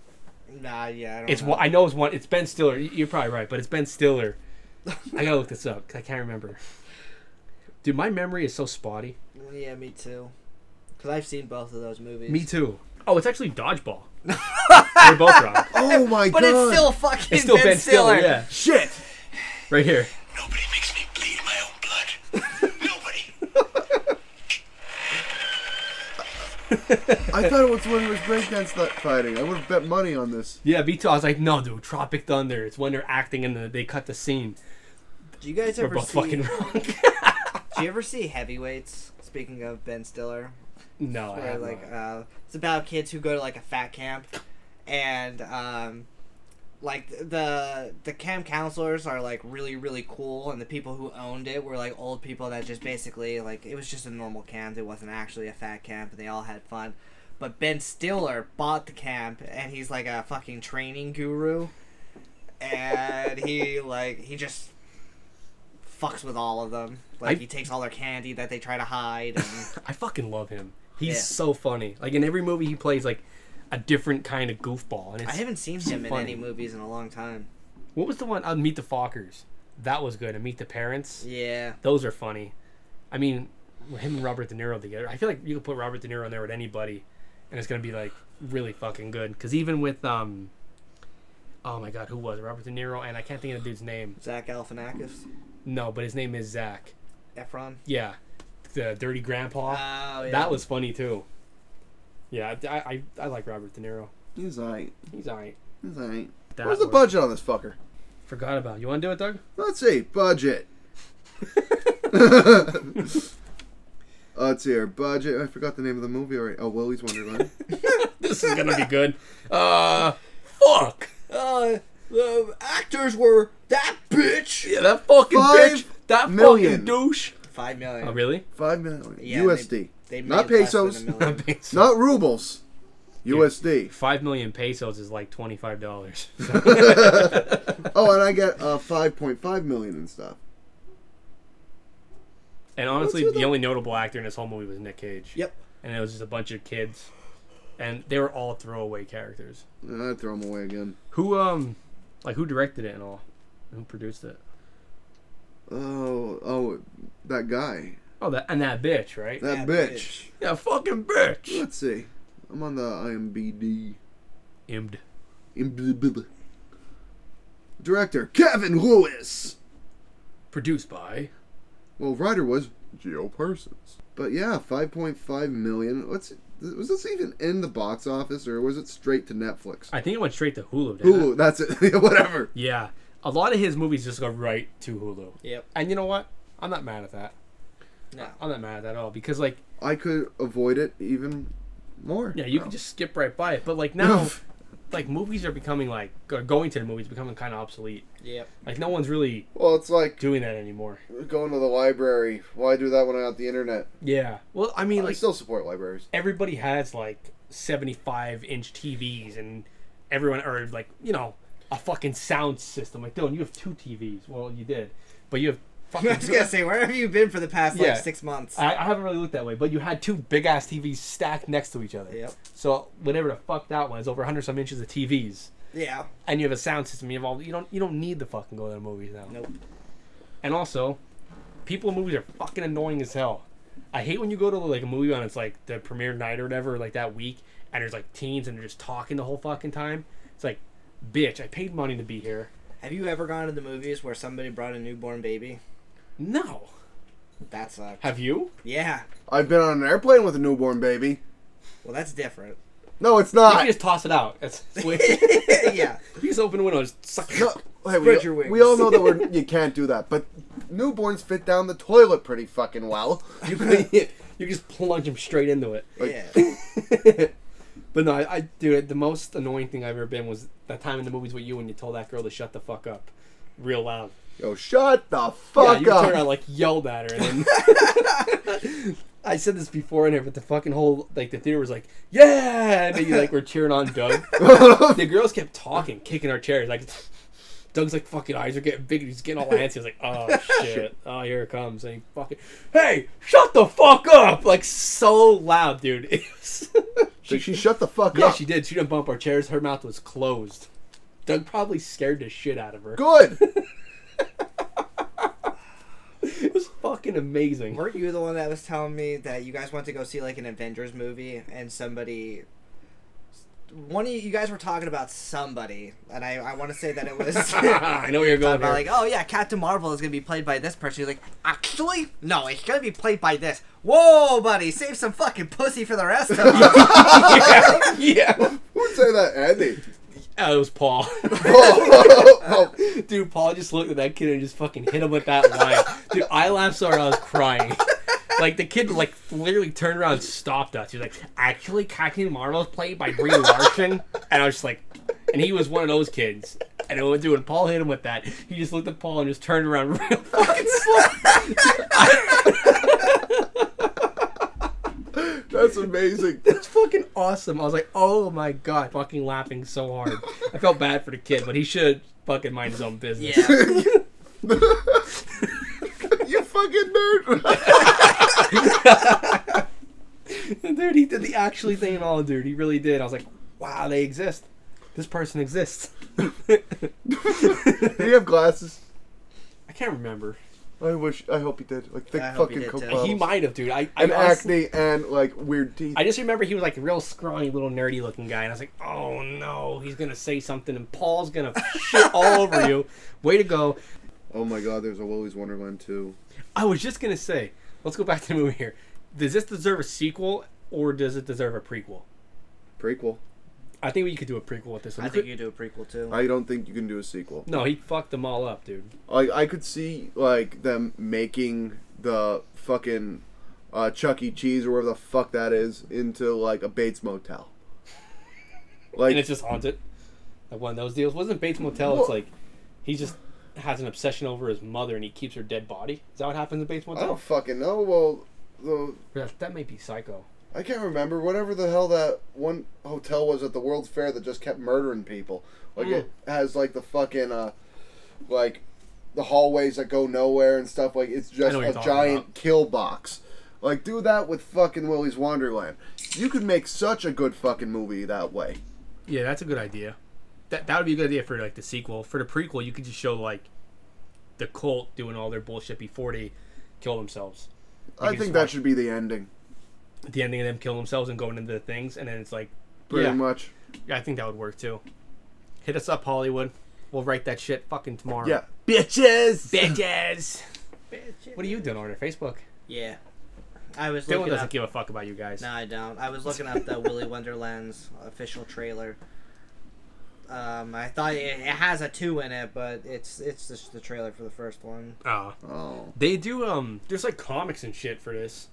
Speaker 3: Nah, yeah, I don't
Speaker 5: it's
Speaker 3: know.
Speaker 5: one i know it's one it's ben stiller Y- you're probably right but it's ben stiller i gotta look this up 'cause i can't remember dude my memory is so spotty
Speaker 3: Yeah, me too. Cause I've seen both of those movies.
Speaker 5: me too oh it's actually dodgeball we're both wrong
Speaker 4: Oh my
Speaker 3: But
Speaker 4: god.
Speaker 3: it's still fucking
Speaker 5: it's still ben, stiller, yeah
Speaker 4: shit.
Speaker 5: right here
Speaker 1: Nobody makes me bleed my own blood. Nobody.
Speaker 4: I thought it was when it was breakdance th- fighting. I would have bet money on this.
Speaker 5: Yeah, me too. I was like, no, dude, Tropic Thunder. It's when they're acting and the, they cut the scene.
Speaker 3: Do you guys
Speaker 5: We're
Speaker 3: ever
Speaker 5: both
Speaker 3: see?
Speaker 5: fucking wrong.
Speaker 3: do you ever see Heavyweights? Speaking of Ben Stiller,
Speaker 5: no, I
Speaker 3: where
Speaker 5: have
Speaker 3: like
Speaker 5: like,
Speaker 3: uh, it's about kids who go to like a fat camp, and um, like the the camp counselors are like really really cool, and the people who owned it were like old people that just basically like it was just a normal camp. It wasn't actually a fat camp, and they all had fun. But Ben Stiller bought the camp, and he's like a fucking training guru, and he like he just fucks with all of them. Like
Speaker 5: I-
Speaker 3: he takes all their candy that they try to hide. And,
Speaker 5: I fucking love him. He's
Speaker 3: Yeah.
Speaker 5: so funny. Like in every movie, he plays like a different kind of goofball. And it's,
Speaker 3: I haven't seen him in
Speaker 5: funny.
Speaker 3: any movies in a long time.
Speaker 5: What was the one? Uh, Meet the Fockers. That was good. And Meet the Parents.
Speaker 3: Yeah,
Speaker 5: Those are funny. I mean, him and Robert De Niro together. I feel like you could put Robert De Niro in there with anybody, and it's gonna be like really fucking good. Because even with um, oh my god, who was it? Robert De Niro? And I can't think of the dude's name.
Speaker 3: Zach Galifianakis,
Speaker 5: No, but his name is Zach.
Speaker 3: Efron.
Speaker 5: Yeah, the Dirty Grandpa.
Speaker 3: Oh, yeah.
Speaker 5: That was funny too. Yeah, I, I, I like Robert De Niro.
Speaker 4: He's alright.
Speaker 5: He's alright.
Speaker 4: He's alright.
Speaker 5: That
Speaker 4: What's the
Speaker 5: was-
Speaker 4: budget on this fucker?
Speaker 5: Forgot about. You want to do it, Doug?
Speaker 4: Let's see. Budget. Let's see here. Budget. I forgot the name of the movie already. Oh, Willy's Wonderland.
Speaker 5: This is gonna be good. Uh, fuck.
Speaker 3: Uh, the actors were that bitch.
Speaker 5: Yeah, that fucking
Speaker 4: Five
Speaker 5: bitch. That
Speaker 4: million.
Speaker 5: fucking douche.
Speaker 3: Five million.
Speaker 5: Oh, really?
Speaker 4: Five million
Speaker 3: Yeah,
Speaker 4: USD.
Speaker 3: They made
Speaker 4: Not
Speaker 3: less than a
Speaker 4: pesos.
Speaker 3: million.
Speaker 4: Not rubles. USD.
Speaker 5: Five million pesos is like twenty five dollars.
Speaker 4: Oh, and I get uh, 5.5 million and stuff.
Speaker 5: and honestly,
Speaker 4: What's with
Speaker 5: the
Speaker 4: the-
Speaker 5: only notable actor in this whole movie was Nick Cage.
Speaker 3: Yep.
Speaker 5: And it was just a bunch of kids, and they were all throwaway characters.
Speaker 4: And I'd throw them away again.
Speaker 5: Who um, like who directed it and all, who produced it?
Speaker 4: Oh, oh, that guy.
Speaker 5: Oh, that and that bitch, right?
Speaker 4: That,
Speaker 3: That
Speaker 4: bitch.
Speaker 3: bitch.
Speaker 5: That fucking bitch.
Speaker 4: Let's see. I'm on the IMBD.
Speaker 5: Imd.
Speaker 4: IMDb. Director Kevin Lewis.
Speaker 5: Produced by.
Speaker 4: Well, writer was Geo Parsons. But yeah, 5.5 million. What's was this even in the box office or was it straight to Netflix?
Speaker 5: I think it went straight to Hulu. didn't it?
Speaker 4: Hulu, that's it. Whatever.
Speaker 5: Yeah, a lot of his movies just go right to Hulu.
Speaker 3: Yep.
Speaker 5: And you know what? I'm not mad at that.
Speaker 3: No.
Speaker 5: I'm not mad at that at all because like
Speaker 4: I could avoid it even more.
Speaker 5: yeah, you can just skip right by it. But like now, like movies are becoming like go- going to the movies becoming kind of obsolete.
Speaker 3: Yep.
Speaker 5: Like no one's really
Speaker 4: Well, it's like
Speaker 5: doing that anymore.
Speaker 4: going to the library. Why do that when I got the internet?
Speaker 5: Yeah. Well, I mean
Speaker 4: I
Speaker 5: like
Speaker 4: still support libraries.
Speaker 5: everybody has like 75 inch TVs and everyone or like you know a fucking sound system. Like Dylan, you have two TVs. Well, you did, but you have fucking.
Speaker 3: I was gonna say, where have you been for the past
Speaker 5: Yeah.
Speaker 3: like six months?
Speaker 5: I, I haven't really looked that way, but you had two big ass TVs stacked next to each other.
Speaker 3: Yep.
Speaker 5: So whatever the fuck that was, over 100 some inches of TVs,
Speaker 3: yeah.
Speaker 5: and you have a sound system. You have all. You don't. You don't need to fucking go to the movies now.
Speaker 3: Nope.
Speaker 5: And also, people in movies are fucking annoying as hell. I hate when you go to like a movie on it's like the premiere night or whatever, like that week, and there's like teens and they're just talking the whole fucking time. It's like, bitch, I paid money to be here.
Speaker 3: Have you ever gone to the movies where somebody brought a newborn baby?
Speaker 5: No.
Speaker 3: That sucks.
Speaker 5: Have you?
Speaker 3: Yeah.
Speaker 4: I've been on an airplane with a newborn baby.
Speaker 3: Well, that's different.
Speaker 4: No, it's
Speaker 5: You can
Speaker 4: not.
Speaker 5: just toss it out. That's weird.
Speaker 3: yeah.
Speaker 5: you just open the window, and just suck. it
Speaker 4: No, hey, we,
Speaker 3: Spread your wings.
Speaker 4: we all know that we're, you can't do that, but newborns fit down the toilet pretty fucking well.
Speaker 5: You can, you just plunge them straight into it.
Speaker 3: yeah.
Speaker 5: But no, I, I dude, the most annoying thing I've ever been was that time in the movies with you when you told that girl to shut the fuck up, real loud.
Speaker 4: Yo, shut the fuck
Speaker 5: yeah, you turned
Speaker 4: up.
Speaker 5: around like yelled at her. And then I said this before in here, but the fucking whole like the theater was like, yeah, and then you like were cheering on Doug. the girls kept talking, kicking our chairs. Like Doug's like fucking eyes are getting big. and He's getting all antsy. He's like, oh shit, oh here it comes. And he fucking, hey, shut the fuck up! Like so loud, dude. It was-
Speaker 4: She, she shut the fuck
Speaker 5: yeah,
Speaker 4: up.
Speaker 5: she did. She didn't bump our chairs. Her mouth was closed. Doug probably scared the shit out of her.
Speaker 4: Good.
Speaker 5: It was fucking amazing.
Speaker 3: Weren't you the one that was telling me that you guys went to go see like an Avengers movie and somebody? One of you, you guys were talking about somebody, and I, I want to say that it was.
Speaker 5: I know where you're going.
Speaker 3: about
Speaker 5: here.
Speaker 3: like, oh yeah, Captain Marvel is gonna be played by this person. He's like, actually, no, it's gonna be played by this. Whoa, buddy, save some fucking pussy for the rest of us.
Speaker 5: yeah, yeah.
Speaker 4: Who'd say that, Andy?
Speaker 5: Oh, it was Paul.
Speaker 4: Oh, oh, oh.
Speaker 5: Dude, Paul just looked at that kid and just fucking hit him with that line. Dude, I laughed so hard I was crying. Like the kid, like literally turned around, and stopped us. He was like, "Actually, Captain Marvel's played by Brie Larson," and I was just like, and he was one of those kids. And it went through, and Paul hit him with that. He just looked at Paul and just turned around real fucking slow.
Speaker 4: That's amazing.
Speaker 5: It's fucking awesome. I was like, oh my god, fucking laughing so hard. I felt bad for the kid, but he should fucking mind his own business.
Speaker 3: Yeah.
Speaker 4: you fucking nerd.
Speaker 5: dude, he did the actually thing and all, dude. He really did. I was like, wow, they exist. This person exists.
Speaker 4: Did he have glasses?
Speaker 5: I can't remember.
Speaker 4: I wish. I hope he did. Like thick
Speaker 3: I hope he
Speaker 4: fucking
Speaker 3: did,
Speaker 4: coke
Speaker 3: too.
Speaker 4: bottles.
Speaker 5: He might have, dude. I, I
Speaker 4: and
Speaker 5: honestly-
Speaker 4: acne and like weird teeth.
Speaker 5: I just remember he was like a real scrawny little nerdy looking guy, and I was like, oh no, he's gonna say something, and Paul's gonna shit all over you. Way to go.
Speaker 4: oh my god, there's a Willy's Wonderland too.
Speaker 5: I was just gonna say, let's go back to the movie here. Does this deserve a sequel or does it deserve a prequel?
Speaker 4: Prequel.
Speaker 5: I think we could do a prequel with this one.
Speaker 3: I think you do a prequel too.
Speaker 4: I don't think you can do a sequel.
Speaker 5: no, he fucked them all up, dude.
Speaker 4: Like I could see like them making the fucking uh, Chuck E. Cheese or whatever the fuck that is into like a Bates Motel. Like
Speaker 5: And it's just haunted. Like one of those deals. Wasn't Bates Motel? It's
Speaker 4: Well-
Speaker 5: like he just has an obsession over his mother and he keeps her dead body. Is that what happens in Bates
Speaker 4: I don't
Speaker 5: Motel?
Speaker 4: fucking know. Well, the
Speaker 5: That, that may be psycho.
Speaker 4: I can't remember whatever the hell that one hotel was at the World's Fair that just kept murdering people. Like it
Speaker 5: Mm.
Speaker 4: has like the fucking uh like the hallways that go nowhere and stuff like it's just
Speaker 5: know what
Speaker 4: a
Speaker 5: you're talking
Speaker 4: giant
Speaker 5: about.
Speaker 4: kill box. Like do that with fucking Willy's Wonderland. You could make such a good fucking movie that way.
Speaker 5: Yeah, that's a good idea. That that would be a good idea for like the sequel. For the prequel, you could just show like the cult doing all their bullshit before they kill themselves.
Speaker 4: I
Speaker 5: can
Speaker 4: think
Speaker 5: just
Speaker 4: that
Speaker 5: watch-
Speaker 4: should be the ending
Speaker 5: the ending of them killing themselves and going into the things, and then it's like,
Speaker 4: pretty
Speaker 5: yeah,
Speaker 4: much.
Speaker 5: yeah, I think that would work too. Hit us up, Hollywood. We'll write that shit fucking tomorrow.
Speaker 4: Yeah.
Speaker 5: bitches, bitches. what are you doing on your Facebook?
Speaker 3: Yeah. I was
Speaker 5: Dylan
Speaker 3: looking
Speaker 5: doesn't
Speaker 3: up.
Speaker 5: give a fuck about you guys.
Speaker 3: No, I don't. I was looking up the Willy Wonderland's official trailer. Um, I thought it, it has a two in it, but it's it's just the trailer for the first one.
Speaker 5: Oh.
Speaker 4: Oh.
Speaker 5: They do um there's like comics and shit for this.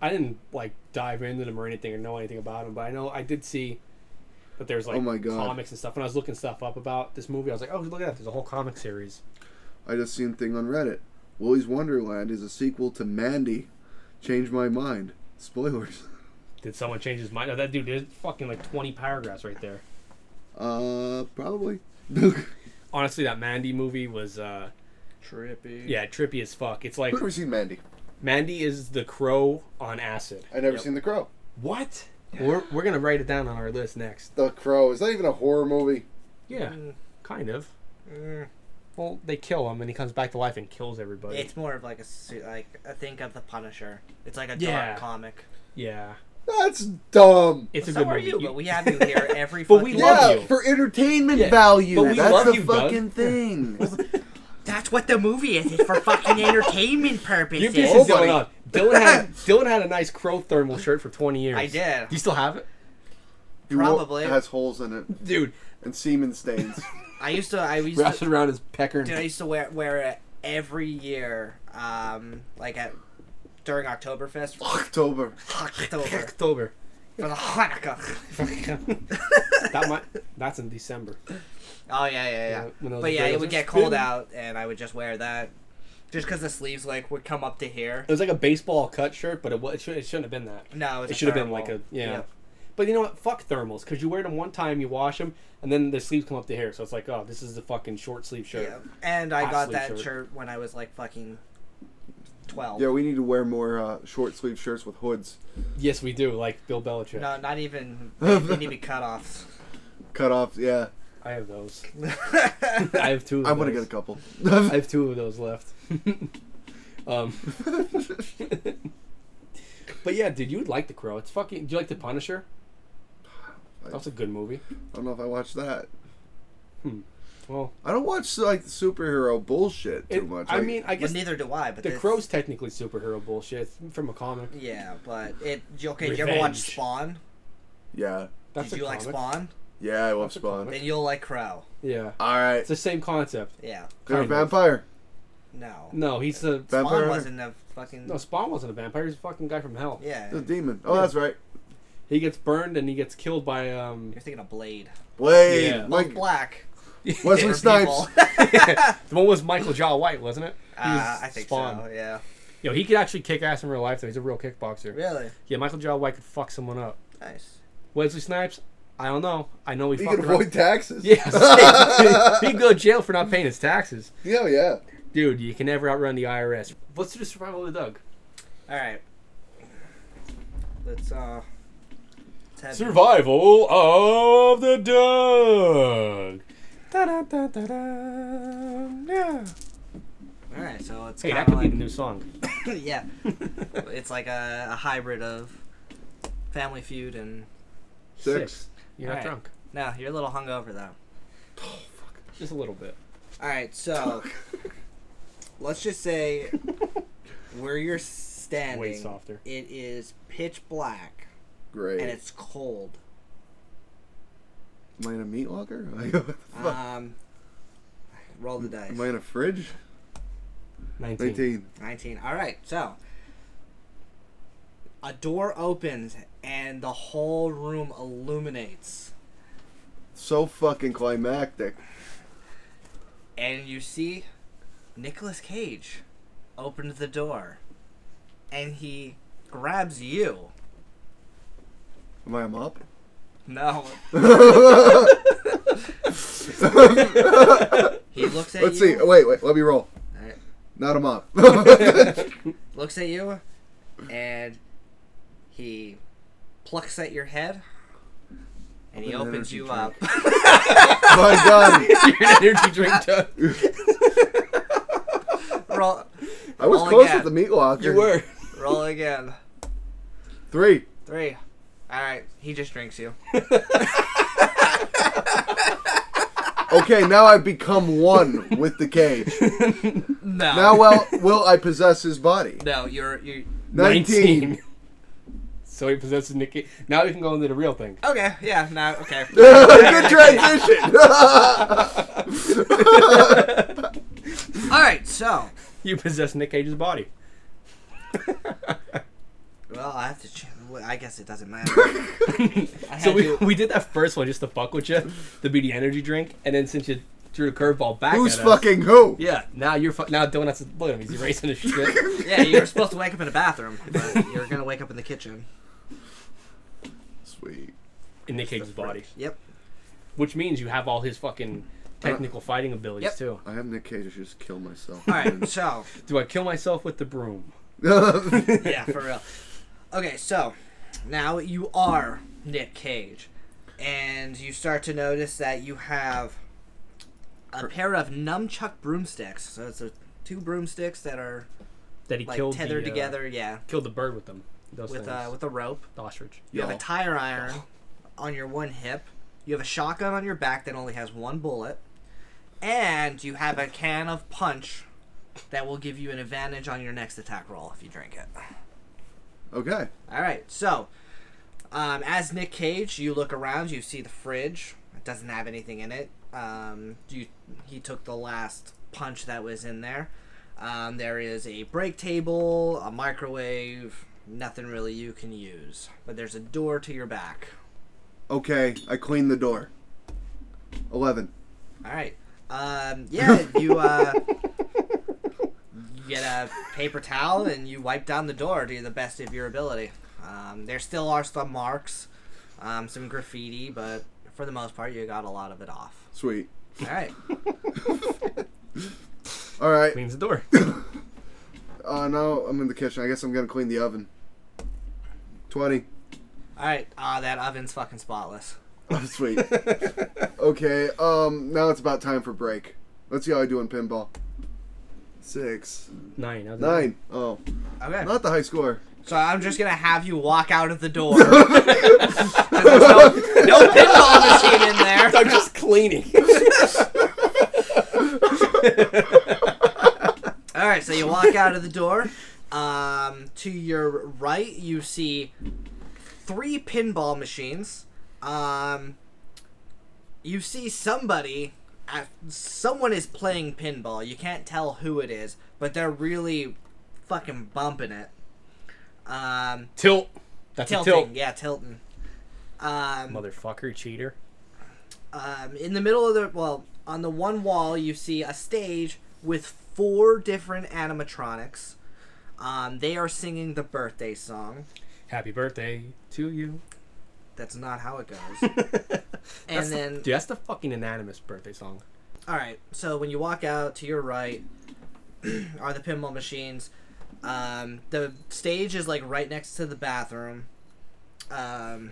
Speaker 5: I didn't like dive into them or anything or know anything about them, but I know I did see that there's like
Speaker 4: Oh my God.
Speaker 5: comics and stuff. When I was looking stuff up about this movie, I was like, "Oh, look at that! There's a whole comic series."
Speaker 4: I just seen a thing on Reddit. Willy's Wonderland is a sequel to Mandy. Change my mind. Spoilers.
Speaker 5: Did someone change his mind? No, that dude there's fucking like 20 paragraphs right there.
Speaker 4: Uh probably.
Speaker 5: Honestly, that Mandy movie was uh
Speaker 3: Trippy.
Speaker 5: yeah trippy as fuck. It's like
Speaker 4: I've never seen Mandy.
Speaker 5: Mandy is the crow on acid.
Speaker 4: I never seen The Crow.
Speaker 5: What? We're we're gonna write it down on our list next.
Speaker 4: The Crow is that even a horror movie?
Speaker 5: Yeah, kind of. Mm. Well, they kill him and he comes back to life and kills everybody.
Speaker 3: It's more of like a su- like I think of the Punisher. It's like a
Speaker 5: Yeah.
Speaker 3: dark comic.
Speaker 5: yeah.
Speaker 4: That's dumb.
Speaker 5: It's
Speaker 3: so are you, but we have you here every.
Speaker 5: But we
Speaker 3: fucking
Speaker 5: love
Speaker 4: Yeah,
Speaker 5: you.
Speaker 4: for entertainment
Speaker 5: Yeah,
Speaker 4: value.
Speaker 5: but we
Speaker 4: That's
Speaker 5: love
Speaker 4: the
Speaker 5: you, Doug.
Speaker 4: fucking thing.
Speaker 3: That's what the movie is. It's for fucking entertainment
Speaker 5: You're
Speaker 3: purposes.
Speaker 5: pissing Dylan
Speaker 4: Nobody.
Speaker 5: off. Dylan had Dylan had a nice crow thermal shirt for 20 years.
Speaker 3: I did.
Speaker 5: Do you still have it,
Speaker 4: You won't-
Speaker 3: Probably.
Speaker 4: it has holes in it
Speaker 5: dude?
Speaker 4: and semen stains.
Speaker 3: I used to. I used
Speaker 5: Wrapped
Speaker 3: to.
Speaker 5: it around his pecker.
Speaker 3: Dude, I used to wear wear it every year. Um, like at during Oktoberfest.
Speaker 4: October.
Speaker 3: October
Speaker 5: October.
Speaker 3: for the Hanukkah.
Speaker 5: that might. That's in December.
Speaker 3: Oh yeah, yeah,
Speaker 5: Yeah,
Speaker 3: yeah.
Speaker 5: when I was
Speaker 3: but
Speaker 5: a
Speaker 3: yeah,
Speaker 5: kid, I
Speaker 3: it
Speaker 5: was
Speaker 3: would
Speaker 5: like,
Speaker 3: get cold
Speaker 5: "Spin."
Speaker 3: out, and I would just wear that, just because the sleeves like would come up to here.
Speaker 5: It was like a baseball cut shirt, but it, wa- it, should, it shouldn't have been that.
Speaker 3: No, it, was
Speaker 5: It
Speaker 3: a
Speaker 5: should have been like
Speaker 3: thermal.
Speaker 5: a yeah.
Speaker 3: Yep.
Speaker 5: But you know what? Fuck thermals, because you wear them one time, you wash them, and then the sleeves come up to here. So it's like, oh, this is the fucking short sleeve shirt.
Speaker 3: Yeah. And I
Speaker 5: Hot
Speaker 3: got
Speaker 5: sleeve
Speaker 3: that
Speaker 5: shirt.
Speaker 3: shirt. when I was like fucking twelve.
Speaker 4: Yeah, we need to wear more uh, short sleeve shirts with hoods,
Speaker 5: Yes, we do. Like Bill Belichick.
Speaker 3: No, not even. They need to be cutoffs.
Speaker 4: cut off. Yeah,
Speaker 5: I have those. I have two. Of
Speaker 4: I want to get
Speaker 5: those.
Speaker 4: a couple.
Speaker 5: I have two of those left. um, but yeah, dude, you would like The Crow. It's fucking. Do you like The Punisher? That was a good movie.
Speaker 4: I don't know if I watch that.
Speaker 5: Well,
Speaker 4: I don't watch like superhero bullshit too
Speaker 5: it-
Speaker 4: much.
Speaker 5: I
Speaker 4: Like,
Speaker 5: mean, I
Speaker 3: But
Speaker 5: guess
Speaker 3: neither do I. But
Speaker 5: The
Speaker 3: this-
Speaker 5: Crow's technically superhero bullshit It's from a comic.
Speaker 3: Yeah, but it. Okay, you ever watch
Speaker 5: Revenge.
Speaker 3: Spawn?
Speaker 4: yeah,
Speaker 5: That's
Speaker 3: Did
Speaker 5: a
Speaker 3: you like
Speaker 5: comic.
Speaker 3: Spawn?
Speaker 4: yeah, I love
Speaker 5: That's a
Speaker 4: Spawn.
Speaker 5: comic.
Speaker 3: Then you'll like Crow.
Speaker 5: Yeah,
Speaker 4: All right,
Speaker 5: it's the same concept.
Speaker 3: Yeah.
Speaker 4: they're a
Speaker 5: kind of.
Speaker 4: vampire.
Speaker 3: No.
Speaker 5: No, he's a
Speaker 4: Vampire.
Speaker 3: Spawn
Speaker 4: Hunter.
Speaker 3: wasn't a fucking.
Speaker 5: no. Spawn wasn't a vampire. He's a fucking guy from hell.
Speaker 3: Yeah.
Speaker 4: The demon. Oh, that's right.
Speaker 5: He gets burned and he gets killed by um.
Speaker 3: You're thinking of Blade. Oh,
Speaker 4: Blade.
Speaker 5: Yeah.
Speaker 4: Like
Speaker 3: Black.
Speaker 4: Wesley
Speaker 3: for
Speaker 4: Snipes.
Speaker 3: people.
Speaker 5: The one was Michael Jaw White, wasn't it? He was
Speaker 3: Uh, I think so. Yeah.
Speaker 5: Yo, he could actually kick ass in real life. Though he's a real kickboxer.
Speaker 3: Really?
Speaker 5: Yeah, Michael Jaw White could fuck someone up.
Speaker 3: Nice.
Speaker 5: Wesley Snipes, I don't know. I know he,
Speaker 4: He
Speaker 5: fucking
Speaker 4: can avoid taxes.
Speaker 5: Yes. he can go to jail for not paying his taxes.
Speaker 4: Yeah, yeah.
Speaker 5: Dude, you can never outrun the IRS. Let's do the survival of the Doug.
Speaker 3: All right. Let's uh. let's have-
Speaker 5: Survival of the Doug. Da-da-da-da-da. Yeah.
Speaker 3: All right, so it's
Speaker 5: Hey,
Speaker 3: kind
Speaker 5: that
Speaker 3: of
Speaker 5: could be
Speaker 3: like
Speaker 5: the new song.
Speaker 3: yeah, it's like a, a hybrid of Family Feud and
Speaker 4: Six.
Speaker 5: You're not
Speaker 3: Alright.
Speaker 5: drunk.
Speaker 3: no, you're a little hungover though.
Speaker 5: Just a little bit.
Speaker 3: All right,
Speaker 5: Oh.
Speaker 3: so let's just say where you're standing,
Speaker 5: Way softer.
Speaker 3: it is pitch black
Speaker 4: Great.
Speaker 3: and it's cold.
Speaker 4: Am I in a meat locker? Like, what the
Speaker 5: Ah.
Speaker 4: fuck?
Speaker 3: Um, roll the dice.
Speaker 4: Am I in a fridge?
Speaker 5: 19.
Speaker 4: 19.
Speaker 3: 19. All right, so a door opens and the whole room illuminates.
Speaker 4: So fucking climactic.
Speaker 3: And you see Nicolas Cage opens the door and he grabs you.
Speaker 4: Am I a mop?
Speaker 3: No. he looks at
Speaker 4: Let's see.
Speaker 3: you.
Speaker 4: Wait, wait. Let me roll.
Speaker 3: All right.
Speaker 4: Not a mop.
Speaker 3: looks at you and he plucks at your head and he
Speaker 4: Open an
Speaker 3: opens
Speaker 4: energy
Speaker 3: you up.
Speaker 4: drink. My God.
Speaker 5: You're an energy drink, Doug.
Speaker 3: roll,
Speaker 4: I was
Speaker 3: Roll
Speaker 4: close
Speaker 3: again.
Speaker 4: with the meat locker.
Speaker 5: You were.
Speaker 3: roll again.
Speaker 4: Three.
Speaker 3: Three. All right, he just drinks you.
Speaker 4: Okay, now I've become one with the cage.
Speaker 3: No.
Speaker 4: Now well, will I possess his body?
Speaker 3: no, you're you.
Speaker 4: 19.
Speaker 5: so he possesses Nicky. Now we can go into the real thing.
Speaker 3: Okay. Yeah. No. Okay.
Speaker 4: Good transition.
Speaker 3: All right. So.
Speaker 5: You possess Nick Cage's body.
Speaker 3: Well, I have to. Ch- well, I guess it doesn't matter. I had
Speaker 5: So we,
Speaker 3: to-
Speaker 5: we did that first one just to fuck with you, to be the energy drink, and then since you threw the curveball back,
Speaker 4: Who's
Speaker 5: at us-
Speaker 4: fucking who?
Speaker 5: Yeah, now you're fu- now donuts. is- Look at him, he's erasing his shit.
Speaker 3: Yeah, you were supposed to wake up in the bathroom, but you're gonna wake up in the kitchen.
Speaker 4: Sweet.
Speaker 5: in Nick Cage's body,
Speaker 3: Yep.
Speaker 5: which means you have all his fucking technical fighting abilities
Speaker 3: Yep.
Speaker 5: too.
Speaker 4: I have Nick Cage. I should just kill myself.
Speaker 3: All right. So.
Speaker 5: Do I kill myself with the broom?
Speaker 3: Yeah, for real. Okay. So, now you are Nick Cage, and you start to notice that you have a pair of nunchuck broomsticks. So it's a, two broomsticks that are
Speaker 5: That he
Speaker 3: like
Speaker 5: killed
Speaker 3: tethered
Speaker 5: the, uh,
Speaker 3: together. Yeah.
Speaker 5: Killed the bird with them. Those
Speaker 3: With
Speaker 5: things.
Speaker 3: uh, with a rope.
Speaker 5: the ostrich.
Speaker 3: You have
Speaker 4: Y'all.
Speaker 3: a tire iron on your one hip. You have a shotgun on your back that only has one bullet. And you have a can of punch that will give you an advantage on your next attack roll if you drink it.
Speaker 4: Okay.
Speaker 3: All right, so um, as Nick Cage, you look around, you see the fridge. It doesn't have anything in it. Um, you, he took the last punch that was in there. Um, there is a break table, a microwave, nothing really you can use. But there's a door to your back.
Speaker 4: Okay. I clean the door. Eleven.
Speaker 3: All right. Um, yeah, you uh, you get a paper towel and you wipe down the door to the best of your ability. Um, there still are some marks, um, some graffiti, but for the most part, you got a lot of it off.
Speaker 4: Sweet.
Speaker 3: All right.
Speaker 4: All right.
Speaker 5: Cleans the door.
Speaker 4: Uh, now I'm in the kitchen. I guess I'm gonna clean the oven. Twenty.
Speaker 3: All right. Ah, that oven's fucking spotless.
Speaker 4: Oh, sweet. okay. Um. Now it's about time for break. Let's see how I do in pinball. Six.
Speaker 5: Nine. that was it.
Speaker 4: Nine. Oh,
Speaker 3: Okay.
Speaker 4: not the high score.
Speaker 3: So I'm just gonna have you walk out of the door. 'Cause there's no, no pinball machine in there.
Speaker 5: I'm just cleaning.
Speaker 3: All right, so you walk out of the door. Um, to your right, you see three pinball machines. Um, you see somebody. uh, Someone is playing pinball. You can't tell who it is, but they're really fucking bumping it. Um,
Speaker 5: tilt. That's
Speaker 3: tilting,
Speaker 5: a tilt.
Speaker 3: yeah, tilting. Um,
Speaker 5: Motherfucker, cheater.
Speaker 3: um, in the middle of the well on the one wall you see a stage with four different animatronics um, they are singing the birthday song
Speaker 5: Happy birthday to you.
Speaker 3: That's not how it goes. and
Speaker 5: That's the-
Speaker 3: then,
Speaker 5: dude, that's the fucking anonymous birthday song.
Speaker 3: all right. So when you walk out to your right are the pinball machines. Um, the stage is like right next to the bathroom. Um,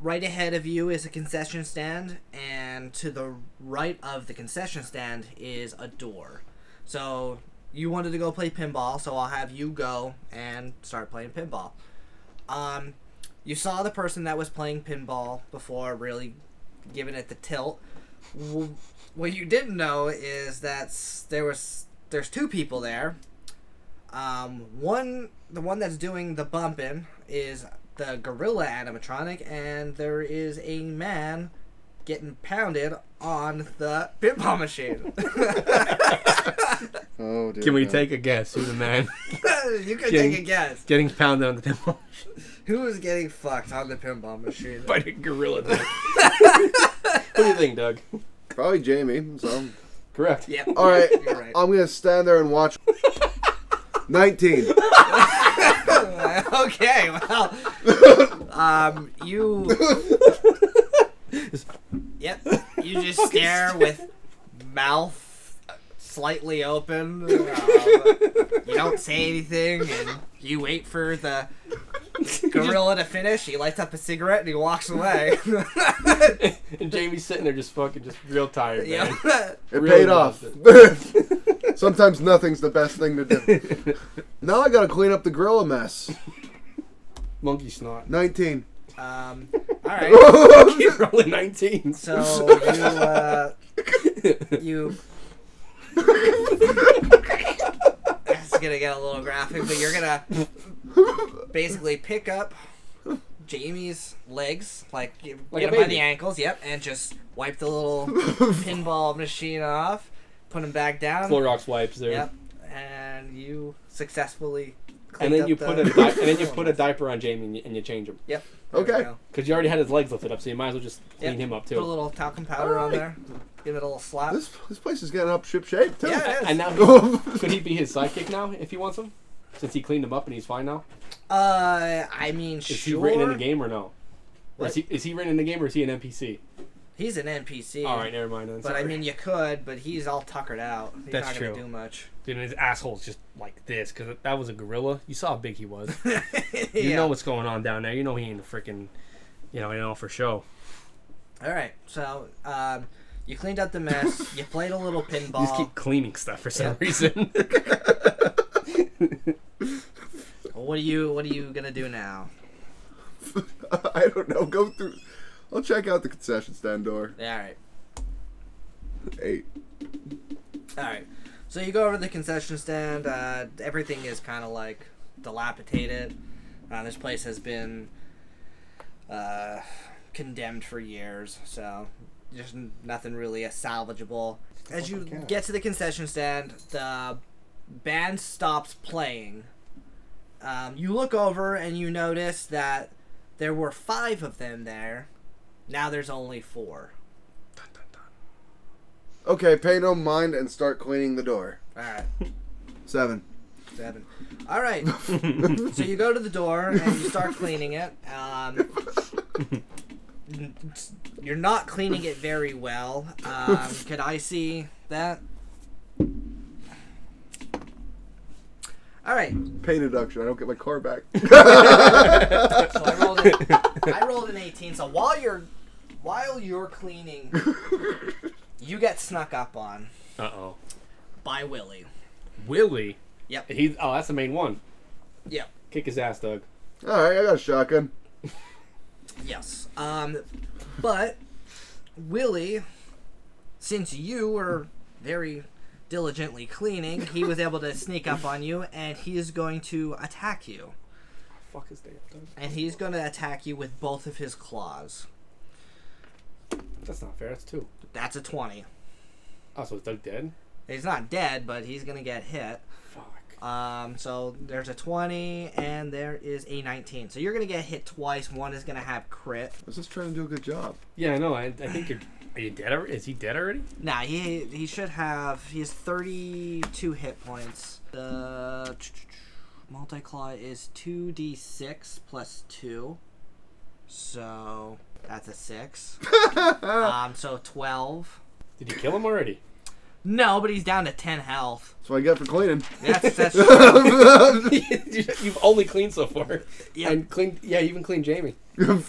Speaker 3: right ahead of you is a concession stand, and to the right of the concession stand is a door. So you wanted to go play pinball, so I'll have you go and start playing pinball. Um, you saw the person that was playing pinball before really giving it the tilt. W- What you didn't know is that s- there was there's two people there. Um, one the one that's doing the bumping is the gorilla animatronic, and there is a man getting pounded on the pinball machine.
Speaker 4: Oh, dear
Speaker 5: Can we
Speaker 4: God.
Speaker 5: take a guess who the man
Speaker 3: you can
Speaker 5: Getting-
Speaker 3: take a guess.
Speaker 5: getting pounded on the pinball
Speaker 3: Who is getting fucked on the pinball machine?
Speaker 5: by a gorilla? Doug? what do you think, Doug?
Speaker 4: probably Jamie? So
Speaker 5: Correct.
Speaker 3: yep.
Speaker 4: all right,
Speaker 3: You're right.
Speaker 4: I'm gonna stand there and watch. Nineteen.
Speaker 3: okay, well, um, you. yep, you just stare with mouth slightly open. um, you don't say anything, and you wait for the gorilla to finish. He lights up a cigarette and he walks away.
Speaker 5: and Jamie's sitting there just fucking just real tired, man.
Speaker 3: yep.
Speaker 4: It
Speaker 5: Really
Speaker 4: paid off. Sometimes nothing's the best thing to do. now I gotta clean up the gorilla mess.
Speaker 5: Monkey snot.
Speaker 4: Nineteen.
Speaker 3: Um, all right.
Speaker 5: You're only 19.
Speaker 3: So you uh, you. That's gonna get a little graphic, but you're gonna basically pick up Jamie's legs, like, you
Speaker 5: Like
Speaker 3: get him
Speaker 5: a
Speaker 3: by
Speaker 5: baby.
Speaker 3: the ankles, yep, and just wipe the little pinball machine off, put him back down,
Speaker 5: Floor rocks wipes there.
Speaker 3: yep, and you successfully.
Speaker 5: And
Speaker 3: cleaned
Speaker 5: then
Speaker 3: up
Speaker 5: you put
Speaker 3: the-
Speaker 5: a di- and then you put a diaper on Jamie and you, and you change him
Speaker 3: Yep.
Speaker 4: Okay.
Speaker 3: there we go.
Speaker 5: because you already had his legs lifted up, so you might as well just clean
Speaker 3: Yep,
Speaker 5: him up
Speaker 3: Put a
Speaker 5: too.
Speaker 3: little talcum powder on
Speaker 5: Alright.
Speaker 3: there. Give it a little slap.
Speaker 4: This this place is getting up ship shape too.
Speaker 3: Yeah.
Speaker 5: And now
Speaker 4: Yes.
Speaker 5: could he be his sidekick now if he wants him? Since he cleaned him up and he's fine now,
Speaker 3: Uh, I mean,
Speaker 5: is
Speaker 3: sure.
Speaker 5: he written in the game or no? Or
Speaker 3: What?
Speaker 5: is he is he written in the game or is he an NPC?
Speaker 3: He's an NPC.
Speaker 5: All right, never mind. Then.
Speaker 3: But I mean, you could, but he's all tuckered out. He's
Speaker 5: That's
Speaker 3: not gonna
Speaker 5: true.
Speaker 3: do much.
Speaker 5: dude, his asshole's just like this because that was a gorilla. You saw how big he was. You
Speaker 3: Yeah.
Speaker 5: know what's going on down there. You know he ain't a freaking, you know, you know for show.
Speaker 3: All right. So, um, you cleaned up the mess. you played a little pinball.
Speaker 5: You just keep cleaning stuff for some
Speaker 3: Yeah.
Speaker 5: reason.
Speaker 3: What are you? What are you gonna do now?
Speaker 4: I don't know. Go through. I'll check out the concession stand door.
Speaker 3: All right.
Speaker 4: Eight.
Speaker 3: All right. So you go over to the concession stand. Uh, everything is kind of like dilapidated. Uh, this place has been uh, condemned for years, so there's n- nothing really uh, salvageable. As you get to the concession stand, the band stops playing. Um, you look over and you notice that there were five of them there. Now there's only four.
Speaker 4: Okay, pay no mind and start cleaning the door.
Speaker 3: All right.
Speaker 4: Seven.
Speaker 3: Seven. All right. so you go to the door and you start cleaning it. Um, you're not cleaning it very well. Um, could I see that? All right.
Speaker 4: Pay deduction. I don't get my car back.
Speaker 3: So I rolled. An, I rolled an 18. So while you're while you're cleaning, you get snuck up on
Speaker 5: uh oh,
Speaker 3: by Willie.
Speaker 5: Willie.
Speaker 3: Yep.
Speaker 5: He. Oh, that's the main one.
Speaker 3: Yep.
Speaker 5: Kick his ass, Doug.
Speaker 4: All right, I got a shotgun.
Speaker 3: Yes. Um, but Willie, since you were very diligently cleaning, he was able to sneak up on you, and he is going to attack you.
Speaker 5: Fuck his day up, Doug.
Speaker 3: And he's going to attack you with both of his claws.
Speaker 5: That's not fair. That's two.
Speaker 3: That's a twenty.
Speaker 5: Oh, so is Doug dead?
Speaker 3: He's not dead, but he's going to get hit.
Speaker 5: Fuck.
Speaker 3: Um, so there's a twenty, and there is a nineteen. So you're going to get hit twice. One is going to have crit.
Speaker 4: I was just trying to do a good job.
Speaker 5: Yeah, I know. I, I think you're. Are you dead already? Is he dead already?
Speaker 3: Nah, he he should have. He has 32 hit points. The multi claw is 2d6 plus 2. So that's a six. um, so twelve.
Speaker 5: Did you kill him already?
Speaker 3: No, but he's down to ten health.
Speaker 4: That's what I get for cleaning.
Speaker 3: That's that's
Speaker 5: You've only cleaned so far.
Speaker 3: Yeah.
Speaker 5: And cleaned. Yeah, you even cleaned Jamie.
Speaker 3: all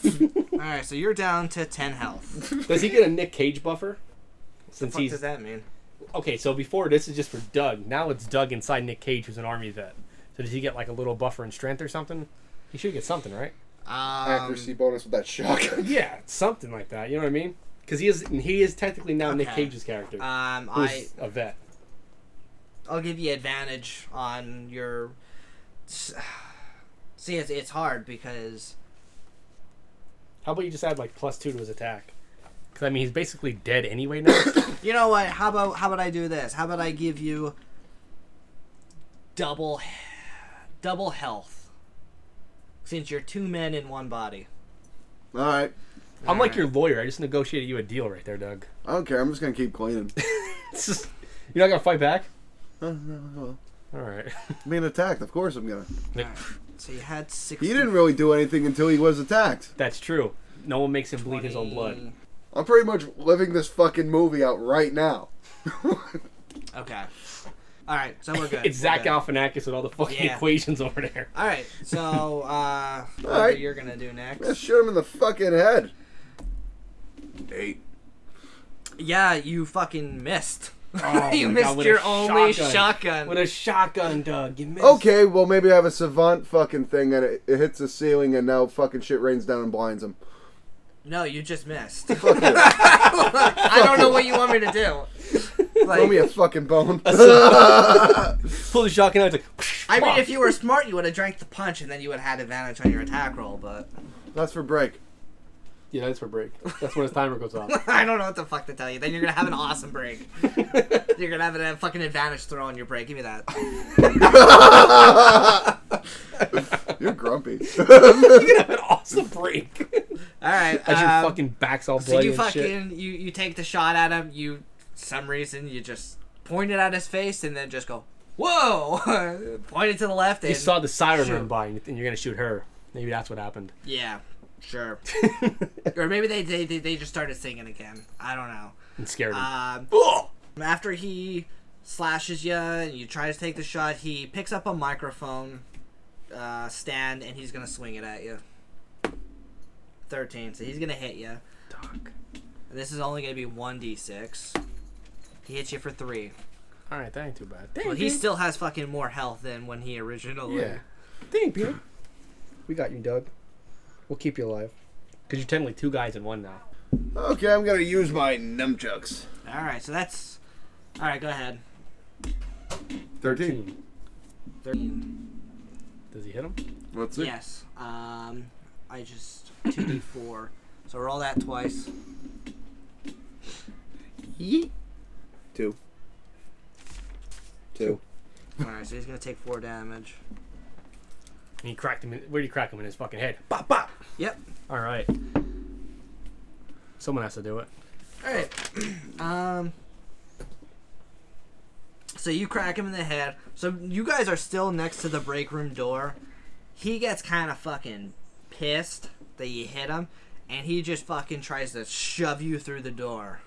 Speaker 3: right. So you're down to ten health.
Speaker 5: Does he get a Nick Cage buffer? Since
Speaker 3: What
Speaker 5: he's
Speaker 3: does that mean?
Speaker 5: okay, so before this is just for Doug. Now it's Doug inside Nick Cage, who's an army vet. So does he get like a little buffer in strength or something? He should get something, right?
Speaker 3: Um,
Speaker 4: Accuracy bonus with that shotgun.
Speaker 5: Yeah, something like that. You know what I mean? Because he is he is technically now Nick
Speaker 3: Okay.
Speaker 5: Cage's character,
Speaker 3: um, I
Speaker 5: who's a vet.
Speaker 3: I'll give you advantage on your. See, it's it's hard because
Speaker 5: How about you just add like plus two to his attack? Because I mean, he's basically dead anyway now.
Speaker 3: You know what? How about how about I do this? How about I give you double double health since you're two men in one body.
Speaker 4: All right.
Speaker 5: I'm like your lawyer. I just negotiated you a deal right there, Doug.
Speaker 4: I don't care. I'm just gonna keep cleaning.
Speaker 5: It's just, you're not gonna fight back.
Speaker 4: Uh, no, well,
Speaker 5: All right.
Speaker 4: Being attacked, of course I'm gonna.
Speaker 3: So you had six.
Speaker 4: He didn't really do anything until he was attacked.
Speaker 5: That's true. No one makes him bleed his own blood.
Speaker 4: I'm pretty much living this fucking movie out right now.
Speaker 3: Okay. All right, so we're good.
Speaker 5: It's
Speaker 3: We're
Speaker 5: Zach
Speaker 3: good.
Speaker 5: Galifianakis with all the fucking
Speaker 3: Yeah.
Speaker 5: equations over there.
Speaker 3: All right, so uh, what
Speaker 4: right.
Speaker 3: you're gonna do
Speaker 4: I
Speaker 3: next?
Speaker 4: shoot him in the fucking head. Eight.
Speaker 3: Yeah, you fucking missed.
Speaker 5: Oh
Speaker 3: you
Speaker 5: my
Speaker 3: missed
Speaker 5: God, with a
Speaker 3: your only
Speaker 5: shotgun.
Speaker 3: shotgun.
Speaker 5: With a shotgun, Doug. You missed.
Speaker 4: Okay, well maybe I have a savant fucking thing and it, it hits the ceiling and now fucking shit rains down and blinds him.
Speaker 3: No, you just missed.
Speaker 4: Fuck you.
Speaker 3: I don't know what you want me to do. Like,
Speaker 4: Throw me a fucking bone.
Speaker 5: Pull the shotgun out. It's like,
Speaker 3: I mean,
Speaker 5: Fuck.
Speaker 3: if you were smart, you would have drank the punch, and then you would have had advantage on your attack roll. But
Speaker 4: That's for break.
Speaker 5: yeah, that's for break. That's when his timer goes off.
Speaker 3: I don't know what the fuck to tell you. Then you're gonna have an awesome break. you're gonna have a fucking advantage throw on your break. Give me that.
Speaker 4: You're grumpy.
Speaker 5: An awesome break.
Speaker 3: All right.
Speaker 5: As your
Speaker 3: um,
Speaker 5: fucking back's all bloody
Speaker 3: so you
Speaker 5: and shit.
Speaker 3: fucking you you take the shot at him. You some reason you just point it at his face, and then just go whoa, point it to the left. And,
Speaker 5: You saw the siren
Speaker 3: Shoot.
Speaker 5: run by, and you're gonna shoot her. Maybe that's what happened.
Speaker 3: yeah, sure. or maybe they, they they they just started singing again. I don't know.
Speaker 5: And scared him.
Speaker 3: Um,
Speaker 5: Ugh.
Speaker 3: After he slashes you and you try to take the shot, he picks up a microphone uh, stand and he's gonna swing it at you. Thirteen, so he's gonna hit you.
Speaker 5: Doug.
Speaker 3: This is only gonna be one d six. He hits you for three.
Speaker 5: All right, that ain't too bad.
Speaker 3: Well, he still has fucking more health than when he originally.
Speaker 5: Mhm. Yeah. Dang, Peter. We got you, Doug. We'll keep you alive. Because you're technically two guys in one now.
Speaker 4: okay, I'm gonna use my nunchucks.
Speaker 3: All right, so that's. All right, go ahead.
Speaker 4: Thirteen.
Speaker 3: Thirteen.
Speaker 5: Does he hit him?
Speaker 4: Let's see.
Speaker 3: Yes. Um, I just two d four. So roll that twice.
Speaker 4: Two. Two.
Speaker 3: All right, so he's gonna take four damage.
Speaker 5: And he cracked him. In, where did you crack him in his fucking head? Bop, bop.
Speaker 3: Yep.
Speaker 5: All right. Someone has to do it.
Speaker 3: All right. um. So you crack him in the head. So you guys are still next to the break room door. He gets kind of fucking pissed that you hit him, and he just fucking tries to shove you through the door.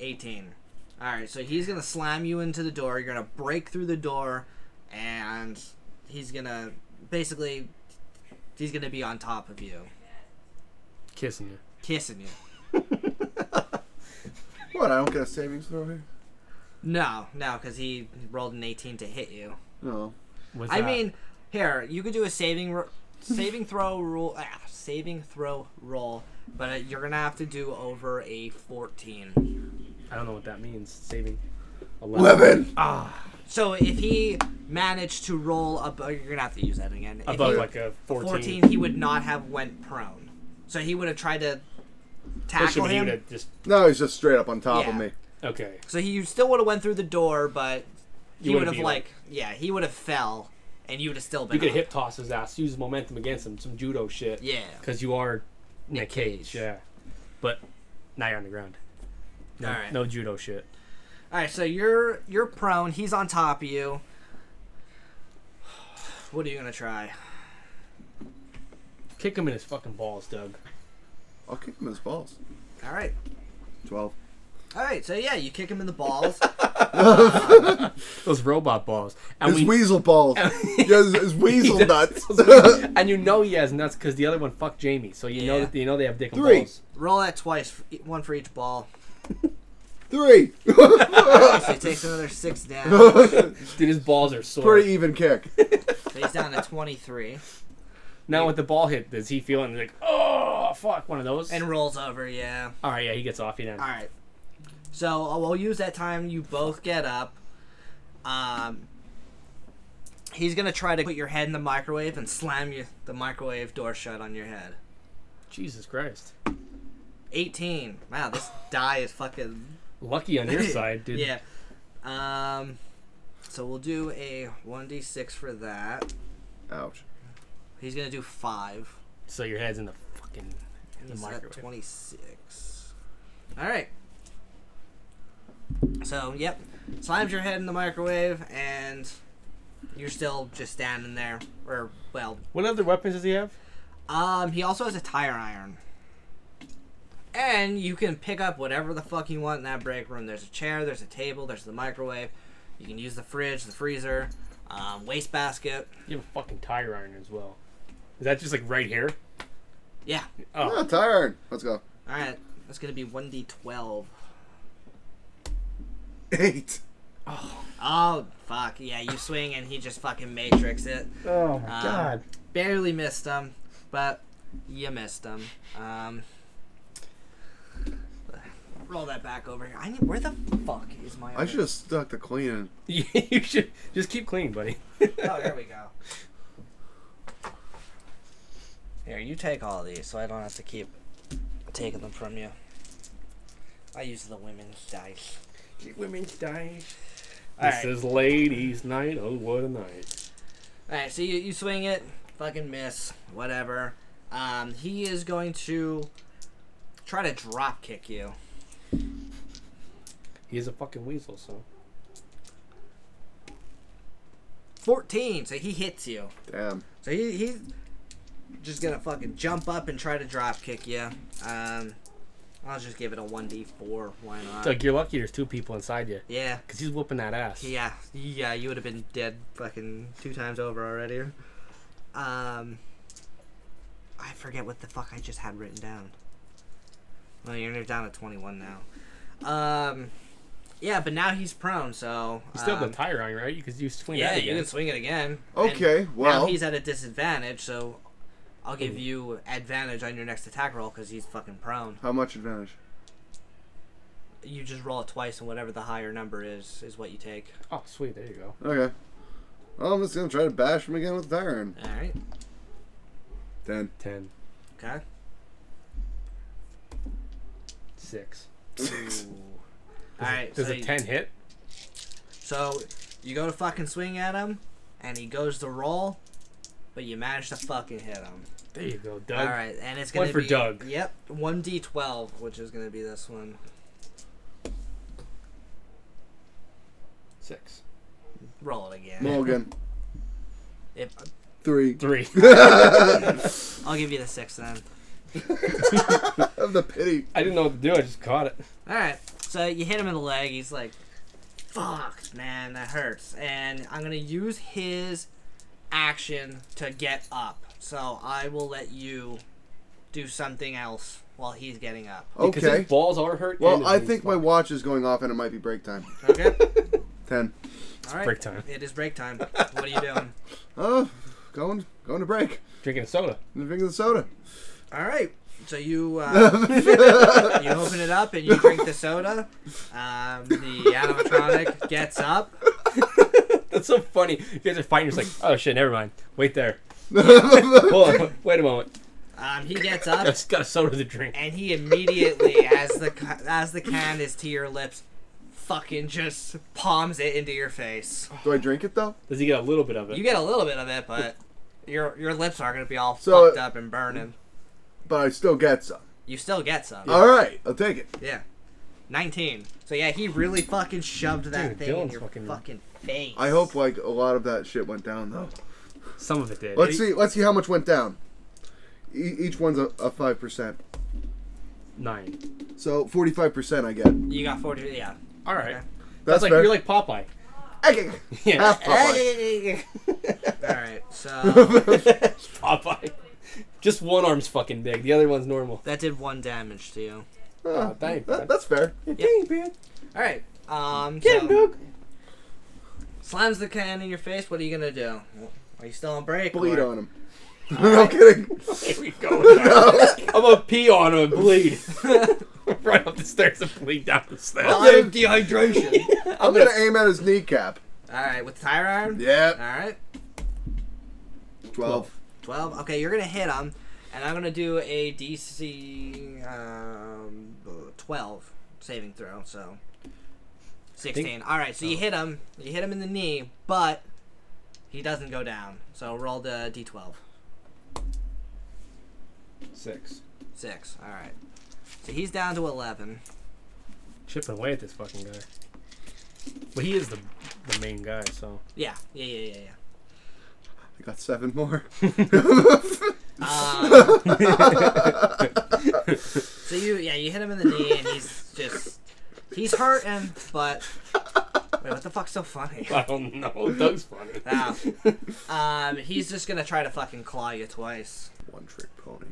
Speaker 3: 18. All right, so he's gonna slam you into the door. You're gonna break through the door, and he's gonna basically he's gonna be on top of you,
Speaker 5: Kissing you.
Speaker 3: kissing you.
Speaker 4: What? I don't get a savings throw here.
Speaker 3: No, no, because he rolled an 18 to hit you.
Speaker 4: No.
Speaker 5: What's
Speaker 3: I
Speaker 5: that?
Speaker 3: mean, here you could do a saving, ro- saving throw roll, ah, saving throw roll, but uh, you're gonna have to do over a 14.
Speaker 5: I don't know what that means. Saving.
Speaker 4: Eleven.
Speaker 5: 11.
Speaker 3: So if he managed to roll above, you're gonna have to use that again. If
Speaker 5: Above
Speaker 3: he-
Speaker 5: like a 14.
Speaker 3: 14, he would not have went prone. So he would have tried to
Speaker 5: Push him,
Speaker 3: tackle
Speaker 5: he
Speaker 3: him.
Speaker 5: would have just.
Speaker 4: No, he's just straight up on top of
Speaker 3: Yeah.
Speaker 4: me.
Speaker 5: Okay.
Speaker 3: So he still would have went through the door, but he
Speaker 5: You
Speaker 3: would
Speaker 5: wouldn't
Speaker 3: have
Speaker 5: be
Speaker 3: like, yeah, he would have fell, and you would have still been.
Speaker 5: You could
Speaker 3: up.
Speaker 5: hip toss his ass, use his momentum against him, some judo shit.
Speaker 3: Yeah.
Speaker 5: Because you are Nick
Speaker 3: Cage.
Speaker 5: Cage. Yeah. But now you're on the ground. No,
Speaker 3: All right.
Speaker 5: no judo shit.
Speaker 3: All right, so you're you're prone. He's on top of you. What are you gonna try?
Speaker 5: Kick him in his fucking balls, Doug.
Speaker 4: I'll kick him in his balls.
Speaker 3: All right.
Speaker 4: Twelve.
Speaker 3: All right. So yeah, you kick him in the balls.
Speaker 5: Those robot balls. And
Speaker 4: His weasel balls. yeah, his, his weasel nuts.
Speaker 5: and you know he has nuts because the other one fucked Jamie, so you know
Speaker 3: Yeah.
Speaker 5: that you know they have dick and
Speaker 4: Three.
Speaker 5: balls.
Speaker 3: Roll that twice, for e- one for each ball.
Speaker 4: Three.
Speaker 3: So he takes another six down.
Speaker 5: Dude, his balls are sore.
Speaker 4: Pretty even kick.
Speaker 3: So he's down to twenty-three
Speaker 5: Now with the ball hit, does he feel it? Like, oh fuck, one of those.
Speaker 3: and rolls over. Yeah.
Speaker 5: all right, yeah, he gets off. He then.
Speaker 3: All right. So uh, we'll use that time. You both get up. Um, he's gonna try to put your head in the microwave and slam you, the microwave door shut on your head.
Speaker 5: Jesus Christ.
Speaker 3: 18. Wow, this die is fucking.
Speaker 5: Lucky on your side, dude.
Speaker 3: Yeah. Um, so we'll do a 1d6 for that.
Speaker 4: Ouch.
Speaker 3: He's going to do 5.
Speaker 5: So your head's in the fucking in the
Speaker 3: He's at
Speaker 5: microwave.
Speaker 3: 26. All right. So, yep. Slams your head in the microwave, and you're still just standing there. Or, well,
Speaker 5: What other weapons does he have?
Speaker 3: um, he also has a tire iron. And you can pick up whatever the fuck you want in that break room. There's a chair, there's a table, there's the microwave. You can use the fridge, the freezer, um, wastebasket.
Speaker 5: You have a fucking tire iron as well. Is that just like right here?
Speaker 3: Yeah.
Speaker 4: Ah,
Speaker 5: Oh,
Speaker 4: tired. Let's go.
Speaker 3: Alright. That's gonna be 1d12.
Speaker 4: Eight.
Speaker 3: Oh, fuck. Yeah, you swing and he just fucking matrix it.
Speaker 5: oh my
Speaker 3: Um, Barely missed him, but you missed him. Um, roll that back over here. I need, where the fuck is my.
Speaker 4: I
Speaker 3: other-
Speaker 4: should have stuck to cleaning.
Speaker 5: you should just keep clean, buddy.
Speaker 3: Oh, there we go. Here, you take all these so I don't have to keep taking them from you. I use the women's dice.
Speaker 5: Women's dice.
Speaker 3: All
Speaker 5: This
Speaker 3: right.
Speaker 5: is ladies' night. Oh, what a night!
Speaker 3: All right, so you, you swing it, fucking miss, whatever. Um, he is going to try to drop kick you.
Speaker 5: He is a fucking weasel, so
Speaker 3: 14, so he hits you.
Speaker 4: Damn.
Speaker 3: So he, he's just gonna fucking jump up and try to drop kick you. Um, I'll just give it a 1d4. Why not?
Speaker 5: Doug, you're lucky. There's two people inside you,
Speaker 3: yeah,
Speaker 5: cause he's whooping that ass.
Speaker 3: yeah, yeah. You would have been dead fucking two times over already. Um, I forget what the fuck I just had written down. Well, you're near down to 21 now. Um, yeah, but now he's prone, so
Speaker 5: You still have
Speaker 3: um,
Speaker 5: the tire iron, right? You could you swing
Speaker 3: yeah,
Speaker 5: that
Speaker 3: you
Speaker 5: again.
Speaker 3: can swing it again.
Speaker 4: Okay,
Speaker 3: And
Speaker 4: well-
Speaker 3: now he's at a disadvantage, so I'll give you advantage on your next attack roll because he's fucking prone.
Speaker 4: How much advantage?
Speaker 3: You just roll it twice, and whatever the higher number is, is what you take.
Speaker 5: Oh, sweet. There you go.
Speaker 4: Okay. Well, I'm just gonna try to bash him again with the iron.
Speaker 3: All right.
Speaker 4: Ten.
Speaker 5: Ten,
Speaker 3: Okay.
Speaker 5: six.
Speaker 3: All right.
Speaker 5: Does
Speaker 3: so
Speaker 5: a
Speaker 3: you-
Speaker 5: ten hit?
Speaker 3: So you go to fucking swing at him, and he goes to roll, but you manage to fucking hit him.
Speaker 5: There you go, Doug.
Speaker 3: All right, and it's
Speaker 5: One
Speaker 3: gonna
Speaker 5: for
Speaker 3: be
Speaker 5: Doug.
Speaker 3: Yep, one d twelve, which is gonna be this one.
Speaker 5: Six,
Speaker 3: Roll it again.
Speaker 4: Morgan.
Speaker 3: If,
Speaker 4: Three.
Speaker 5: three.
Speaker 3: I'll give you the six then.
Speaker 4: Of the pity.
Speaker 5: I didn't know what to do. I just caught it.
Speaker 3: All right, so you hit him in the leg. He's like, "Fuck, man, that hurts." And I'm gonna use his action to get up. So I will let you do something else while he's getting up.
Speaker 5: Because his
Speaker 4: Okay.
Speaker 5: balls are hurt. and
Speaker 4: Well,
Speaker 5: his
Speaker 4: I
Speaker 5: knees
Speaker 4: think my
Speaker 5: fucked.
Speaker 4: watch is going off and it might be break time.
Speaker 3: Okay.
Speaker 4: Ten.
Speaker 3: All right.
Speaker 5: break time.
Speaker 3: It is break time. What are you doing?
Speaker 4: Oh, going going to break.
Speaker 5: drinking a soda.
Speaker 4: And drinking the soda.
Speaker 3: All right. So you uh, you open it up and you drink the soda. Um, the animatronic gets up.
Speaker 5: That's so funny. You guys are fighting. It's like, oh shit, never mind. Wait there. Hold on. Wait a moment.
Speaker 3: Um, he gets up
Speaker 5: I just got a soda to drink.
Speaker 3: and he immediately, as the ca- as the can is to your lips, fucking just palms it into your face.
Speaker 4: Do I drink it though?
Speaker 5: Does he get a little bit of it?
Speaker 3: You get a little bit of it, but your your lips are gonna be all
Speaker 4: So-
Speaker 3: fucked up and burning.
Speaker 4: But I still get some.
Speaker 3: You still get some.
Speaker 5: Uh,
Speaker 4: All right, I'll take it.
Speaker 3: Yeah. 19. So yeah, he really fucking shoved that
Speaker 5: Dude,
Speaker 3: thing in
Speaker 5: Dylan's
Speaker 3: your fucking,
Speaker 5: fucking-
Speaker 3: face.
Speaker 4: I hope like a lot of that shit went down though.
Speaker 5: Some of it did.
Speaker 4: Let's see. Let's see how much went down. E- each one's a, a 5%.
Speaker 5: Nine.
Speaker 4: So 45% I get.
Speaker 3: You got forty. Yeah.
Speaker 5: All right.
Speaker 3: Okay.
Speaker 5: That's,
Speaker 4: That's
Speaker 5: like
Speaker 4: fair.
Speaker 5: you're like Popeye.
Speaker 4: Okay.
Speaker 5: Yeah,
Speaker 4: Half Popeye.
Speaker 3: All right. So
Speaker 5: Popeye. Just one arm's fucking big. The other one's normal.
Speaker 3: that did one damage to you.
Speaker 4: Ah, that-
Speaker 5: thank God.
Speaker 4: that's fair.
Speaker 5: Dang, man.
Speaker 3: All right. Um.
Speaker 5: Get
Speaker 3: so-
Speaker 5: him, Doug.
Speaker 3: Slams the can in your face. What are you gonna do? Are you still on break?
Speaker 4: Bleed
Speaker 3: or-
Speaker 4: on him. no kidding.
Speaker 5: Here we go. Doug. I'm gonna pee on him and bleed. right up the stairs and bleed down the stairs.
Speaker 4: I'm
Speaker 3: dehydration.
Speaker 4: I'm gonna aim at his kneecap.
Speaker 3: All right, with tire iron. All
Speaker 4: Yeah.
Speaker 3: right,
Speaker 4: Twelve.
Speaker 3: twelve. Okay, you're gonna hit him, and I'm gonna do a DC um, twelve saving throw. So sixteen. All right, so you hit him. You hit him in the knee, but he doesn't go down. So roll the D12.
Speaker 5: Six.
Speaker 3: Six. All right. So he's down to eleven.
Speaker 5: Chipping away at this fucking guy. But he is the the main guy, so
Speaker 3: Yeah. Yeah. Yeah. Yeah. Yeah.
Speaker 4: I got seven more.
Speaker 3: Um, so you, yeah, you hit him in the knee, and he's just, he's hurting, but wait, what the fuck's so funny?
Speaker 5: I don't know. Doug's funny.
Speaker 3: Wow. Um, he's just gonna try to fucking claw you twice.
Speaker 4: One trick pony.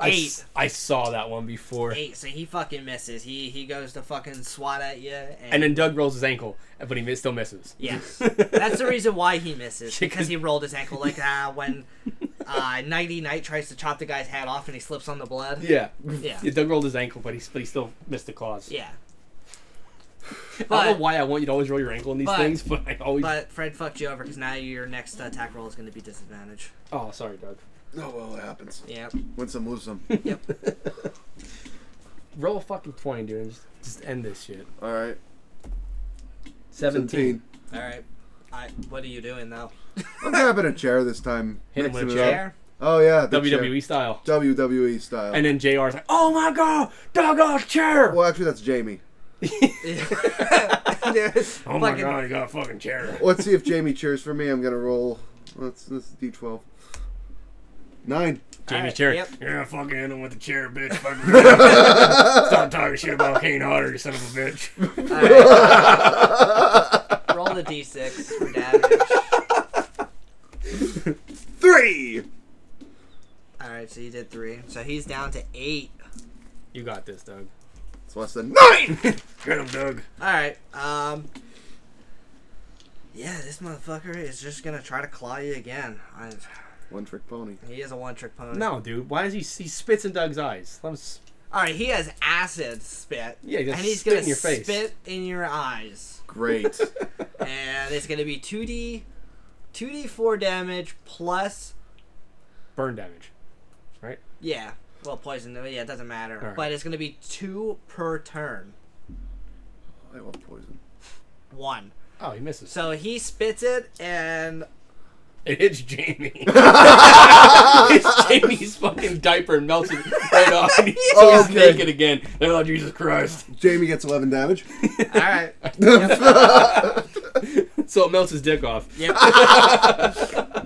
Speaker 5: I, s- I saw that one before.
Speaker 3: Eight, so he fucking misses. He he goes to fucking swat at you, and,
Speaker 5: And then Doug rolls his ankle, but he miss, still misses.
Speaker 3: yes, that's the reason why he misses because he rolled his ankle like that when uh, Nighty Night tries to chop the guy's head off and he slips on the blood.
Speaker 5: Yeah.
Speaker 3: Yeah.
Speaker 5: Yeah, Doug rolled his ankle, but he, but he still missed the claws.
Speaker 3: Yeah.
Speaker 5: I don't
Speaker 3: But-
Speaker 5: know why I want you to always roll your ankle in these
Speaker 3: But-
Speaker 5: things, but I always.
Speaker 3: But Fred fucked you over because now your next attack roll is going to be disadvantage.
Speaker 5: oh, sorry, Doug.
Speaker 4: Oh well, it happens.
Speaker 3: Yep.
Speaker 4: Win some, lose some.
Speaker 5: Roll a fucking 20, dude, and just, just end this shit.
Speaker 4: All right.
Speaker 5: 17.
Speaker 3: All right. I. What are you doing though?
Speaker 4: I'm grabbing a chair this time.
Speaker 5: Hit him with a
Speaker 4: Mixing it up.
Speaker 3: Chair.
Speaker 4: Oh yeah, the chair.
Speaker 5: WWE E style.
Speaker 4: WWE style.
Speaker 5: And then JR's like, oh my god, Doug on chair!
Speaker 4: well, actually, that's Jamie.
Speaker 5: Oh my god, he got a fucking chair.
Speaker 4: Let's see if Jamie cheers for me. I'm gonna roll. Let's this is D12. Nine.
Speaker 5: Jamie's
Speaker 3: Alright,
Speaker 5: chair.
Speaker 3: yep.
Speaker 5: Yeah, fucking hit him with the chair, bitch. Fucking Stop talking shit about Kane Hodder, you son of a bitch.
Speaker 3: Roll the d6 for damage.
Speaker 4: Three.
Speaker 3: All right. So you did three. So he's down to eight.
Speaker 5: You got this, Doug.
Speaker 4: It's less than nine.
Speaker 5: Get him, Doug.
Speaker 3: All right. Um. Yeah, this motherfucker is just gonna try to claw you again. I,
Speaker 4: One trick pony.
Speaker 3: he is a one-trick pony.
Speaker 5: No, dude. Why is he? He spits in Doug's eyes. Let him s-
Speaker 3: All right, he has acid spit.
Speaker 5: Yeah, he's gonna
Speaker 3: and he's
Speaker 5: spit
Speaker 3: gonna
Speaker 5: in your face.
Speaker 3: spit in your eyes.
Speaker 4: Great.
Speaker 3: and it's gonna be 2d 2d 4 damage plus
Speaker 5: burn damage.
Speaker 3: yeah well poison no, yeah it doesn't matter
Speaker 5: Alright.
Speaker 3: but it's gonna be two per turn
Speaker 4: I love poison.
Speaker 3: one
Speaker 5: Oh, he misses.
Speaker 3: so he spits it and
Speaker 5: It hits Jamie. it's Jamie's fucking diaper melted right off, and he's
Speaker 4: Oh,
Speaker 5: he's
Speaker 4: okay.
Speaker 5: naked again. They're like, Jesus Christ.
Speaker 4: Jamie gets 11 damage.
Speaker 3: all right
Speaker 5: So it melts his dick off.
Speaker 3: yep
Speaker 4: Now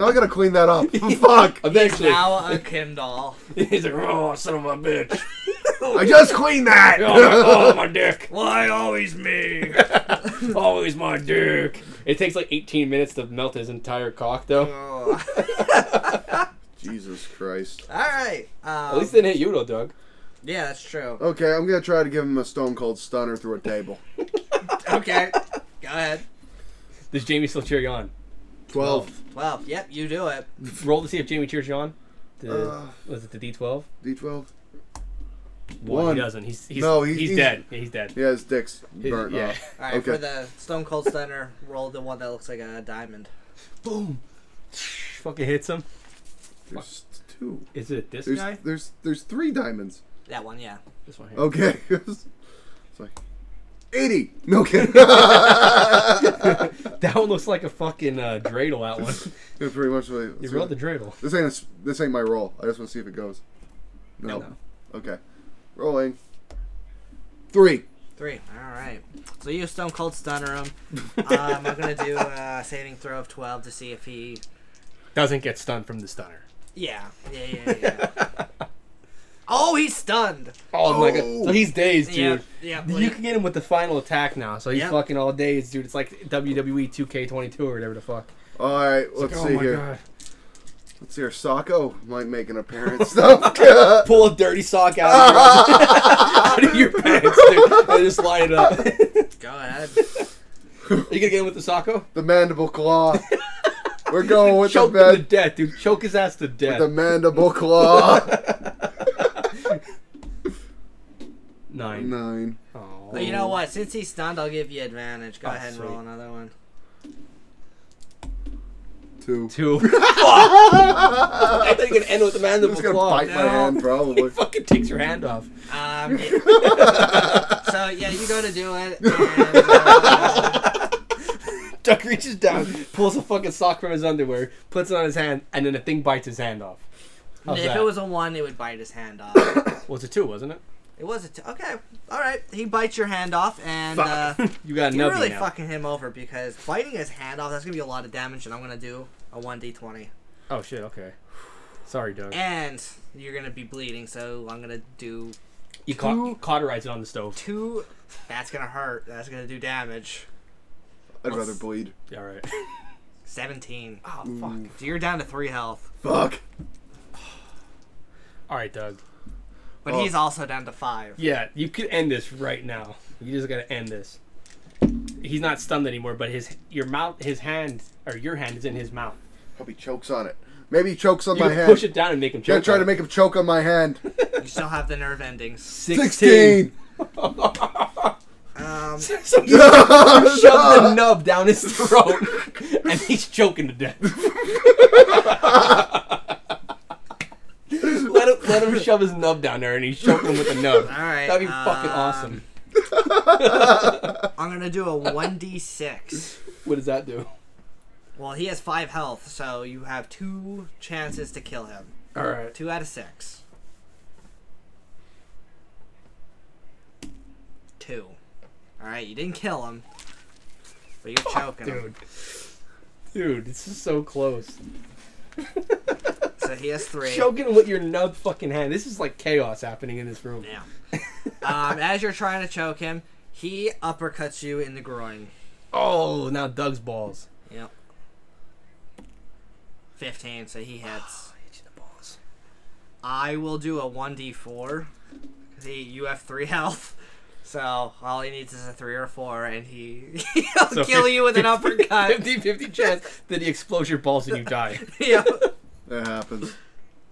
Speaker 4: I gotta clean that up. Fuck.
Speaker 5: Eventually,
Speaker 3: now a kindle
Speaker 5: he's like, "Oh, son of a bitch!
Speaker 4: I just cleaned that.
Speaker 5: Oh, my- oh, my dick! Why always me? always my dick!" It takes like 18 minutes to melt his entire cock, though.
Speaker 3: Oh.
Speaker 4: Jesus Christ.
Speaker 3: all right um,
Speaker 5: At least it didn't hit you, though, Doug.
Speaker 3: yeah that's true
Speaker 4: Okay, I'm gonna try to give him a stone cold stunner through a table.
Speaker 3: okay go ahead
Speaker 5: Does Jamie still cheer you on?
Speaker 4: 12.
Speaker 3: 12 yep you do it
Speaker 5: Roll to see if Jamie cheers you on. The-
Speaker 4: Uh.
Speaker 5: was it the D12?
Speaker 4: D12.
Speaker 5: One.
Speaker 4: One.
Speaker 5: He doesn't. He's, he's
Speaker 4: No,
Speaker 5: no.
Speaker 4: he's-
Speaker 5: He's,
Speaker 4: he's-
Speaker 5: dead. Yeah, he's dead.
Speaker 4: Yeah, his dick's
Speaker 5: He's-
Speaker 4: burnt
Speaker 5: yeah.
Speaker 4: off.
Speaker 3: all right
Speaker 4: Okay.
Speaker 3: for the stone cold stunner roll the one that looks like a diamond
Speaker 5: Boom. Fucking hits him.
Speaker 4: There's two.
Speaker 5: Is it this
Speaker 4: There's
Speaker 5: guy?
Speaker 4: there's there's three diamonds.
Speaker 3: that one yeah
Speaker 5: This one here.
Speaker 4: Okay. it's like 80. No kidding.
Speaker 5: That one looks like a fucking uh, dreidel. That one.
Speaker 4: That's pretty much what I-
Speaker 5: You rolled the dreidel.
Speaker 4: This ain't a s this ain't my roll. I just want to see if it goes. No.
Speaker 5: No.
Speaker 4: Okay. Rolling. Three.
Speaker 3: Three. All right. So you Stone Cold Stunner him. um,
Speaker 5: Uh,
Speaker 3: I'm gonna do a saving throw of twelve to see if he.
Speaker 5: Doesn't get stunned from the stunner.
Speaker 3: Yeah. Yeah, yeah, yeah. oh, he's stunned.
Speaker 5: Oh, my god. So he's dazed, dude.
Speaker 3: Yeah, yeah,
Speaker 5: you
Speaker 3: like-
Speaker 5: can get him with the final attack now, so he's
Speaker 3: Yeah.
Speaker 5: fucking all dazed, dude. It's like E WWE 2K22 or whatever the fuck.
Speaker 4: All right, let's
Speaker 5: oh
Speaker 4: see
Speaker 5: my
Speaker 4: here.
Speaker 5: god.
Speaker 4: Let's see here. Socko might make an appearance. though.
Speaker 5: Pull a dirty sock out of your, out of your pants, dude, and just line it up. Are you
Speaker 3: God.
Speaker 5: gonna get him with the socko?
Speaker 4: the mandible claw. We're going with the,
Speaker 5: Choke him to
Speaker 4: man-
Speaker 5: death, dude. Choke his ass to death.
Speaker 4: the mandible claw.
Speaker 5: Nine.
Speaker 4: Nine.
Speaker 5: Aw.
Speaker 3: But you know what? Since he's stunned, I'll give you advantage. Go
Speaker 5: Oh,
Speaker 3: ahead and roll
Speaker 5: sweet.
Speaker 3: another one.
Speaker 4: Two.
Speaker 5: Two. I think it end with the
Speaker 4: I'm
Speaker 5: mandible
Speaker 4: just gonna
Speaker 5: claw.
Speaker 4: bite my hand, probably.
Speaker 5: He fucking takes your hand off.
Speaker 3: Um, yeah. so yeah, you go to do it. And, uh,
Speaker 5: Duck reaches down, pulls a fucking sock from his underwear, puts it on his hand, and then the thing bites his hand off. How's
Speaker 3: if
Speaker 5: that?
Speaker 3: it was a one, it would bite his hand off.
Speaker 5: Well, it's a two, wasn't it?
Speaker 3: It was a t- okay. All right, he bites your hand off, and uh,
Speaker 5: you got
Speaker 3: you're
Speaker 5: another
Speaker 3: really
Speaker 5: now.
Speaker 3: fucking him over because biting his hand off that's gonna be a lot of damage, and I'm gonna do a one d twenty,
Speaker 5: Oh shit. Okay. Sorry, Doug.
Speaker 3: and you're gonna be bleeding. So I'm gonna do
Speaker 5: You, ca- you cauterize it on the stove.
Speaker 3: two. That's gonna hurt. That's gonna do damage.
Speaker 4: I'd rather bleed.
Speaker 5: All right.
Speaker 3: Seventeen.
Speaker 5: Oh fuck.
Speaker 3: So you're down to three health,
Speaker 4: Fuck.
Speaker 5: All right, Doug.
Speaker 3: but
Speaker 4: Oh.
Speaker 3: he's also down to five.
Speaker 5: Yeah, you could end this right now. You just gotta end this. He's not stunned anymore, but his your mouth, his hand, or your hand is in his mouth.
Speaker 4: Hope he chokes on it. Maybe he chokes on
Speaker 5: You
Speaker 4: my
Speaker 5: can
Speaker 4: hand.
Speaker 5: push it down and make him
Speaker 4: Gonna
Speaker 5: choke.
Speaker 4: try
Speaker 5: on
Speaker 4: to
Speaker 5: it.
Speaker 4: make him choke on my hand.
Speaker 3: You still have the nerve endings.
Speaker 4: Sixteen.
Speaker 3: Um,
Speaker 5: So you shove the nub down his throat, and he's choking to death. let him let him shove his nub down there, and he's choking with the nub.
Speaker 3: All right,
Speaker 5: That'd be fucking
Speaker 3: um,
Speaker 5: awesome.
Speaker 3: I'm gonna do a one d six.
Speaker 5: What does that do?
Speaker 3: Well, he has five health, so you have two chances to kill him.
Speaker 5: All right.
Speaker 3: Two out of six. Two. Alright, you didn't kill him. But you're choking him.
Speaker 5: Dude. Dude, this is so close.
Speaker 3: So he has three.
Speaker 5: Choking with your nub fucking hand. This is like chaos happening in this room.
Speaker 3: Yeah. Um, as you're trying to choke him, he uppercuts you in the groin.
Speaker 5: Oh, now Doug's balls.
Speaker 3: Yep. Fifteen, so he
Speaker 4: Oh,
Speaker 3: hits.
Speaker 5: balls.
Speaker 3: I will do a one d four. He, you have three health, so all he needs is a three or four, and he he'll
Speaker 5: So
Speaker 3: kill you with an
Speaker 5: 50
Speaker 3: uppercut.
Speaker 5: 50 50 chance that he explodes your balls and you die.
Speaker 3: yep.
Speaker 4: That happens.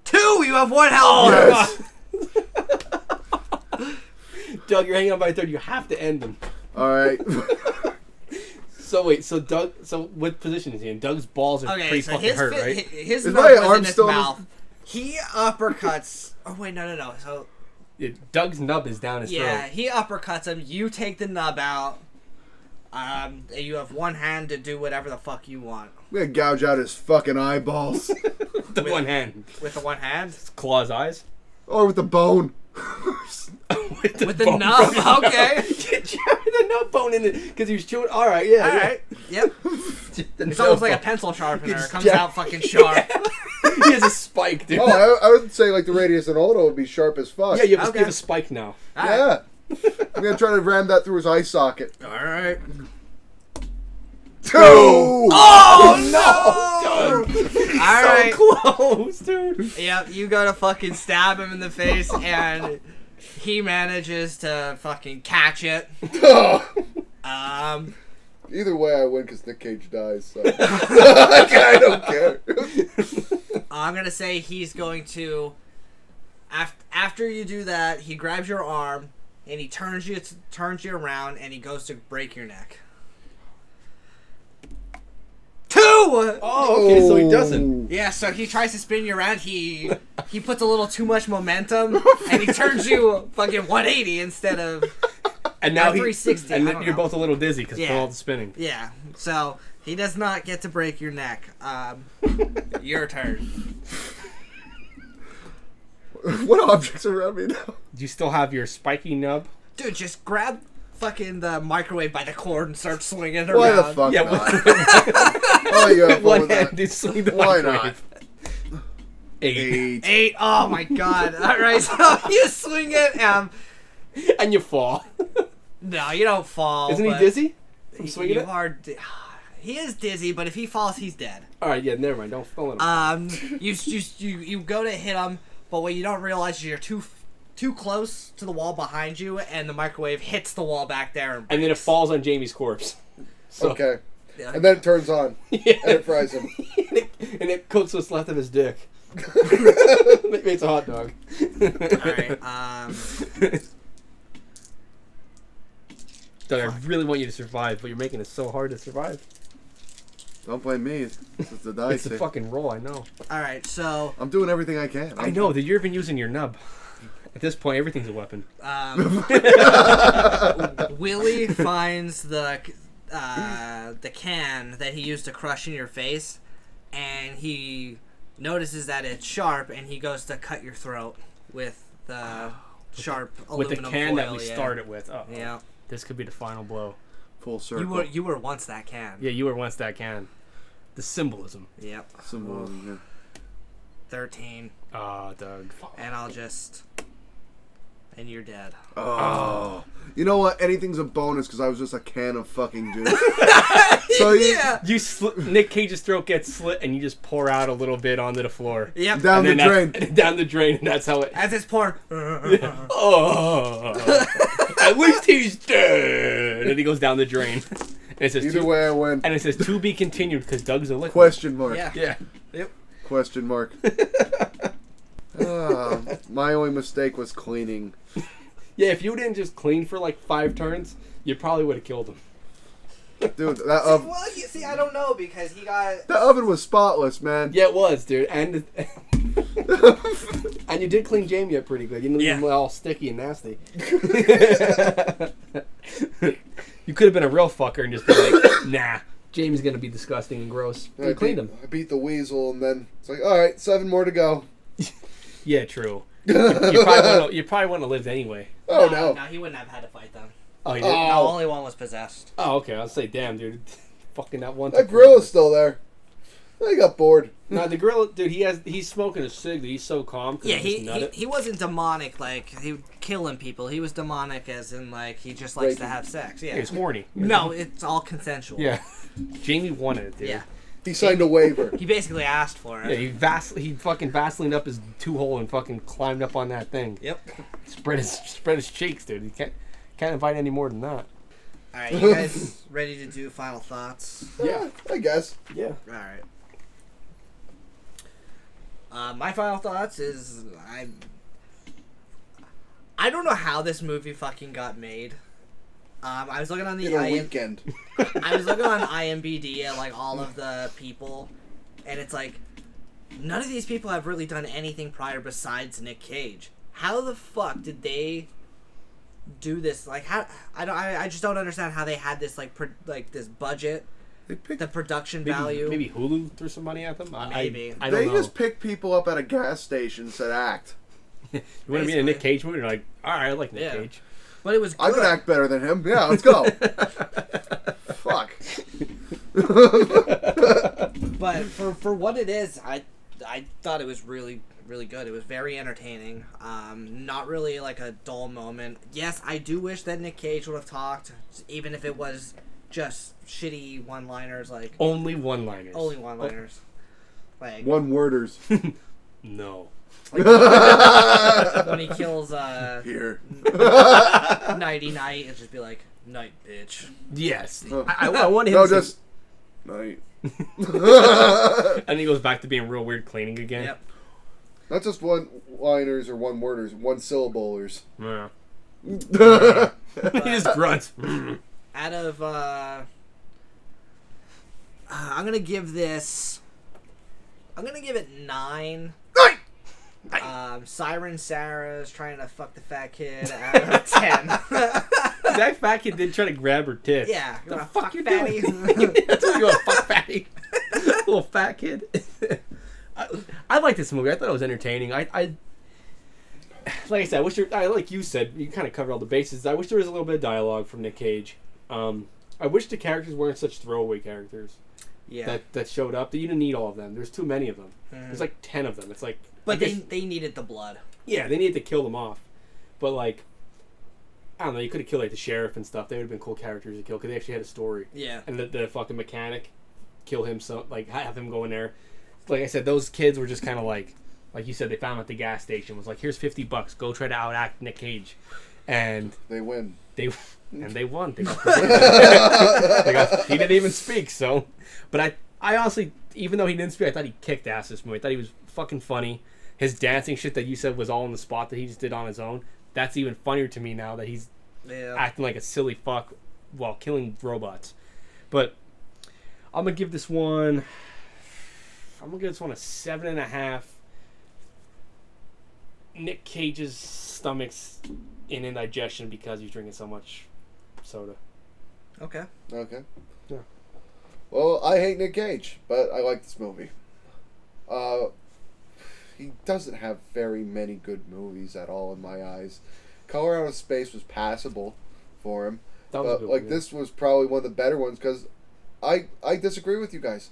Speaker 3: Two, you have one health.
Speaker 5: Doug, you're hanging on by a third. You have to end him.
Speaker 4: All right.
Speaker 5: So wait, so Doug, so what position is he in? Doug's balls are
Speaker 3: Okay,
Speaker 5: pretty
Speaker 3: so
Speaker 5: fucking
Speaker 3: his
Speaker 5: Oh, hurt,
Speaker 3: fi-
Speaker 5: right?
Speaker 3: hi- his
Speaker 4: Is
Speaker 3: mouth
Speaker 4: my
Speaker 3: was
Speaker 4: arm
Speaker 3: in his
Speaker 4: still in his-
Speaker 3: mouth. He uppercuts. Oh wait, no, no, no. So
Speaker 5: Yeah, Doug's nub is down his
Speaker 3: yeah,
Speaker 5: throat.
Speaker 3: he uppercuts him. You take the nub out. Um, and you have one hand to do whatever the fuck you want
Speaker 4: I'm gonna gouge out his fucking eyeballs,
Speaker 5: With the one hand,
Speaker 3: with the one hand.
Speaker 5: claws, eyes.
Speaker 4: or with the bone.
Speaker 5: With the,
Speaker 3: With the
Speaker 5: bone
Speaker 3: nub,
Speaker 5: from the
Speaker 3: okay.
Speaker 5: Get you the nub bone in it because he was chewing. All right, yeah,
Speaker 3: All
Speaker 5: yeah.
Speaker 3: right. Yep.
Speaker 5: The
Speaker 3: It's
Speaker 5: nub
Speaker 3: almost like a
Speaker 5: bone.
Speaker 3: pencil sharpener. It
Speaker 5: just
Speaker 3: comes
Speaker 5: jab-
Speaker 3: out fucking sharp.
Speaker 5: he has a spike, dude.
Speaker 4: Oh, I, I would say like the radius and auto would be sharp as fuck.
Speaker 5: yeah, you have, a,
Speaker 3: Okay.
Speaker 5: you have a spike now.
Speaker 4: Yeah. I'm gonna try to ram that through his eye socket.
Speaker 3: All right.
Speaker 4: Two.
Speaker 5: Oh no, Doug!
Speaker 3: All right.
Speaker 5: So close, dude.
Speaker 3: Yep. You go to fucking stab him in the face, and he manages to fucking catch it.
Speaker 5: Oh,
Speaker 3: Um.
Speaker 4: Either way, I win because Nick Cage dies. So I don't care.
Speaker 3: I'm gonna say he's going to. After after you do that, he grabs your arm and he turns you turns you around and he goes to break your neck. Two.
Speaker 5: Oh, okay, so he doesn't.
Speaker 3: Yeah, so he tries to spin you around. He he puts a little too much momentum and he turns you fucking 180 instead of
Speaker 5: And now
Speaker 3: Or
Speaker 5: he-
Speaker 3: 360,
Speaker 5: And
Speaker 3: I don't
Speaker 5: you're
Speaker 3: know.
Speaker 5: both a little dizzy because
Speaker 3: Yeah.
Speaker 5: for all the spinning.
Speaker 3: yeah. So he does not get to break your neck. Um, your turn.
Speaker 4: What objects are around me now?
Speaker 5: Do you still have your spiky nub?
Speaker 3: Dude, just grab fucking the microwave by the cord and start swinging it around.
Speaker 4: Why the fuck
Speaker 5: Yeah,
Speaker 4: not?
Speaker 5: with
Speaker 4: Oh, you have fun
Speaker 5: one
Speaker 4: with that.
Speaker 5: hand, dude, swing the
Speaker 4: Why
Speaker 5: microwave. Eight.
Speaker 4: Eight.
Speaker 3: Eight. Oh my god. All right. So you swing it. Um.
Speaker 5: and you fall.
Speaker 3: No, you don't fall.
Speaker 5: Isn't he
Speaker 3: but
Speaker 5: dizzy? From
Speaker 3: You
Speaker 5: swinging it?
Speaker 3: are. Di- he is dizzy, but if he falls, he's dead.
Speaker 5: All right, yeah, never mind. Don't, don't let him.
Speaker 3: Um. You you you you go to hit him, but what you don't realize is you're too f- too close to the wall behind you, and the microwave hits the wall back there. And,
Speaker 5: and then it falls on Jamie's corpse. So,
Speaker 4: Okay.
Speaker 3: Yeah.
Speaker 4: And then it turns on
Speaker 5: Yeah.
Speaker 4: and it fries him.
Speaker 5: and it, and it coats what's left of his dick. Maybe it's a hot dog.
Speaker 3: all right. Um.
Speaker 5: Doug, I really want you to survive, but you're making it so hard to survive.
Speaker 4: Don't blame me. It's it's the dice.
Speaker 5: it's a fucking roll, I know.
Speaker 3: All right. So
Speaker 4: I'm doing everything I can.
Speaker 5: I know that you're even using your nub. At this point, everything's a weapon.
Speaker 3: um, Willie finds the uh, the can that he used to crush in your face, and he notices that it's sharp, and he goes to cut your throat with the sharp
Speaker 5: With the
Speaker 3: aluminum
Speaker 5: can that
Speaker 3: foil,
Speaker 5: we
Speaker 3: yeah.
Speaker 5: started with. Oh,
Speaker 3: Yeah,
Speaker 5: This could be the final blow.
Speaker 4: Full circle.
Speaker 3: you were you were once that can.
Speaker 5: Yeah, you were once that can. The symbolism.
Speaker 3: Yep,
Speaker 4: Symbolism,
Speaker 3: thirteen,
Speaker 5: Ah, Doug.
Speaker 3: and I'll just and you're dead.
Speaker 4: yeah. Oh. You know what? Anything's a bonus because I was just a can of fucking juice. so you,
Speaker 3: yeah.
Speaker 5: You sli- Nick Cage's throat gets slit, and you just pour out a little bit onto the floor.
Speaker 3: Yep.
Speaker 4: down the
Speaker 5: And then
Speaker 4: drain.
Speaker 5: that's- down the drain, and that's how it.
Speaker 3: As it's poured,
Speaker 5: Oh, at least he's dead. And he goes down the drain. And it says
Speaker 4: Either
Speaker 5: to,
Speaker 4: way, I win.
Speaker 5: and it says to be continued because Doug's a liquid.
Speaker 4: Question mark.
Speaker 3: yeah.
Speaker 5: Yeah.
Speaker 4: Question mark. Ah, my only mistake was cleaning.
Speaker 5: Yeah. If you didn't just clean for like five turns, you probably would have killed him.
Speaker 4: Dude, that, ov-
Speaker 3: Well, you see, I don't know because he got
Speaker 4: that oven was spotless, man.
Speaker 5: Yeah, it was, dude. And and you did clean Jamie up pretty good. You didn't leave
Speaker 3: Yeah.
Speaker 5: him all sticky and nasty. you could have been a real fucker and just been like, nah, Jamie's gonna be disgusting and gross.
Speaker 4: I
Speaker 5: You cleaned
Speaker 4: beat,
Speaker 5: him.
Speaker 4: I beat the weasel, and then it's like, all right, seven more to go.
Speaker 5: Yeah, true. You probably wouldn't, you probably wouldn't have lived anyway.
Speaker 4: Oh
Speaker 3: no,
Speaker 4: no!
Speaker 3: no, he wouldn't have had to fight them.
Speaker 5: Oh, you did?
Speaker 4: Oh.
Speaker 3: The only one was possessed.
Speaker 5: Oh, okay. I'll say, damn, dude. Fucking that one.
Speaker 4: That grill is still there. I got bored.
Speaker 5: No, the grill, dude. He has. He's smoking a cig. Dude. He's so calm. 'cause
Speaker 3: Yeah,
Speaker 5: he,
Speaker 3: he,
Speaker 5: just nut
Speaker 3: he
Speaker 5: it.
Speaker 3: he wasn't demonic like he was killing people. He was demonic as in like he just likes to
Speaker 4: Raping.
Speaker 3: have sex. Yeah.
Speaker 5: He's horny.
Speaker 3: no, it's all consensual.
Speaker 5: Yeah. Jamie wanted it, dude.
Speaker 3: Yeah.
Speaker 4: He signed a waiver.
Speaker 3: He basically asked for it.
Speaker 5: Yeah, he vas- he fucking vaselined up his two hole and fucking climbed up on that thing.
Speaker 3: Yep.
Speaker 5: Spread his spread his cheeks, dude. He can't can't invite any more than that.
Speaker 3: All right, you guys ready to do final thoughts?
Speaker 4: Yeah, I guess.
Speaker 5: Yeah.
Speaker 3: All right. Uh, my final thoughts is I I don't know how this movie fucking got made. Um, I was looking on the
Speaker 4: In a
Speaker 3: IM
Speaker 4: weekend.
Speaker 3: I was looking on IMBD at like all of the people, and it's like none of these people have really done anything prior besides Nick Cage. How the fuck did they do this? Like, how I don't I, I just don't understand how they had this like pro, like this budget,
Speaker 4: They picked.
Speaker 3: the production
Speaker 5: Maybe,
Speaker 3: value.
Speaker 5: maybe Hulu threw some money at them. I,
Speaker 3: Maybe.
Speaker 5: I, I don't
Speaker 4: They
Speaker 5: know.
Speaker 4: just picked people up at a gas station. and Said act.
Speaker 5: you want to be in
Speaker 3: basically-
Speaker 5: a Nick Cage movie? You're like, all right, I like Nick
Speaker 3: Yeah.
Speaker 5: Cage.
Speaker 3: But it was good.
Speaker 4: I could act better than him. Yeah, let's go. Fuck.
Speaker 3: But for for what it is, I I thought it was really really good. It was very entertaining. Um, not really like a dull moment. Yes, I do wish that Nick Cage would have talked, even if it was just shitty one liners, like
Speaker 5: Only one liners.
Speaker 3: only
Speaker 4: Oh.
Speaker 3: one liners. Like
Speaker 4: One worders
Speaker 5: No.
Speaker 3: when he kills uh,
Speaker 4: here.
Speaker 3: Nighty Night, and just be like night, bitch.
Speaker 5: Yes.
Speaker 4: Oh.
Speaker 5: I, I, I want him.
Speaker 4: No,
Speaker 5: to say-
Speaker 4: just night.
Speaker 5: And he goes back to being real weird cleaning again.
Speaker 3: Yep.
Speaker 4: Not just one liners or one worders, one syllablers.
Speaker 5: Yeah.
Speaker 4: That's
Speaker 5: he just grunts.
Speaker 3: out of uh, uh I'm gonna give this I'm gonna give it nine. Um, Siren Sarah's trying to fuck the fat kid out of ten.
Speaker 5: that fat kid did try to grab her tits.
Speaker 3: yeah, you wanna
Speaker 5: fuck
Speaker 3: fuck
Speaker 5: you
Speaker 3: fatty?
Speaker 5: That's what you want, fuck fatty. Little fat kid. I, I like this movie. I thought it was entertaining. I, I like I said, I wish there, I like you said, you kind of covered all the bases. I wish there was a little bit of dialogue from Nick Cage. Um, I wish the characters weren't such throwaway characters.
Speaker 3: Yeah. Mm-hmm.
Speaker 5: that that showed up. That you didn't need all of them. There's too many of them. There's like ten of them. It's like I
Speaker 3: but they,
Speaker 5: guess-
Speaker 3: they needed the blood.
Speaker 5: yeah, they needed to kill them off, but like. I don't know. You could have killed like the sheriff and stuff. They would have been cool characters to kill because they actually had a story.
Speaker 3: Yeah.
Speaker 5: and the, the fucking mechanic kill him so like have him go in there like i said those kids were just kind of like like you said they found him at the gas station was like here's 50 bucks go try to outact nick cage and
Speaker 6: They win.
Speaker 5: they and they won they got, they got- he didn't even speak so but i i honestly even though he didn't speak i thought he kicked ass this movie i thought he was fucking funny his dancing shit that you said was all in the spot that he just did on his own that's even funnier to me now that he's
Speaker 3: Yeah.
Speaker 5: acting like a silly fuck while killing robots. But I'm gonna give this one. I'm gonna give this one a seven and a half. Nick Cage's stomach's in indigestion because he's drinking so much soda.
Speaker 3: okay.
Speaker 6: Okay.
Speaker 5: Yeah.
Speaker 6: Well, I hate Nick Cage, but I like this movie. Uh, he doesn't have very many good movies at all in my eyes. Color Out of Space was passable for him,
Speaker 5: That was
Speaker 4: Uh,
Speaker 5: a
Speaker 6: but
Speaker 5: good
Speaker 6: like
Speaker 5: one, yeah.
Speaker 6: this was probably one of the better ones because I I disagree with you guys.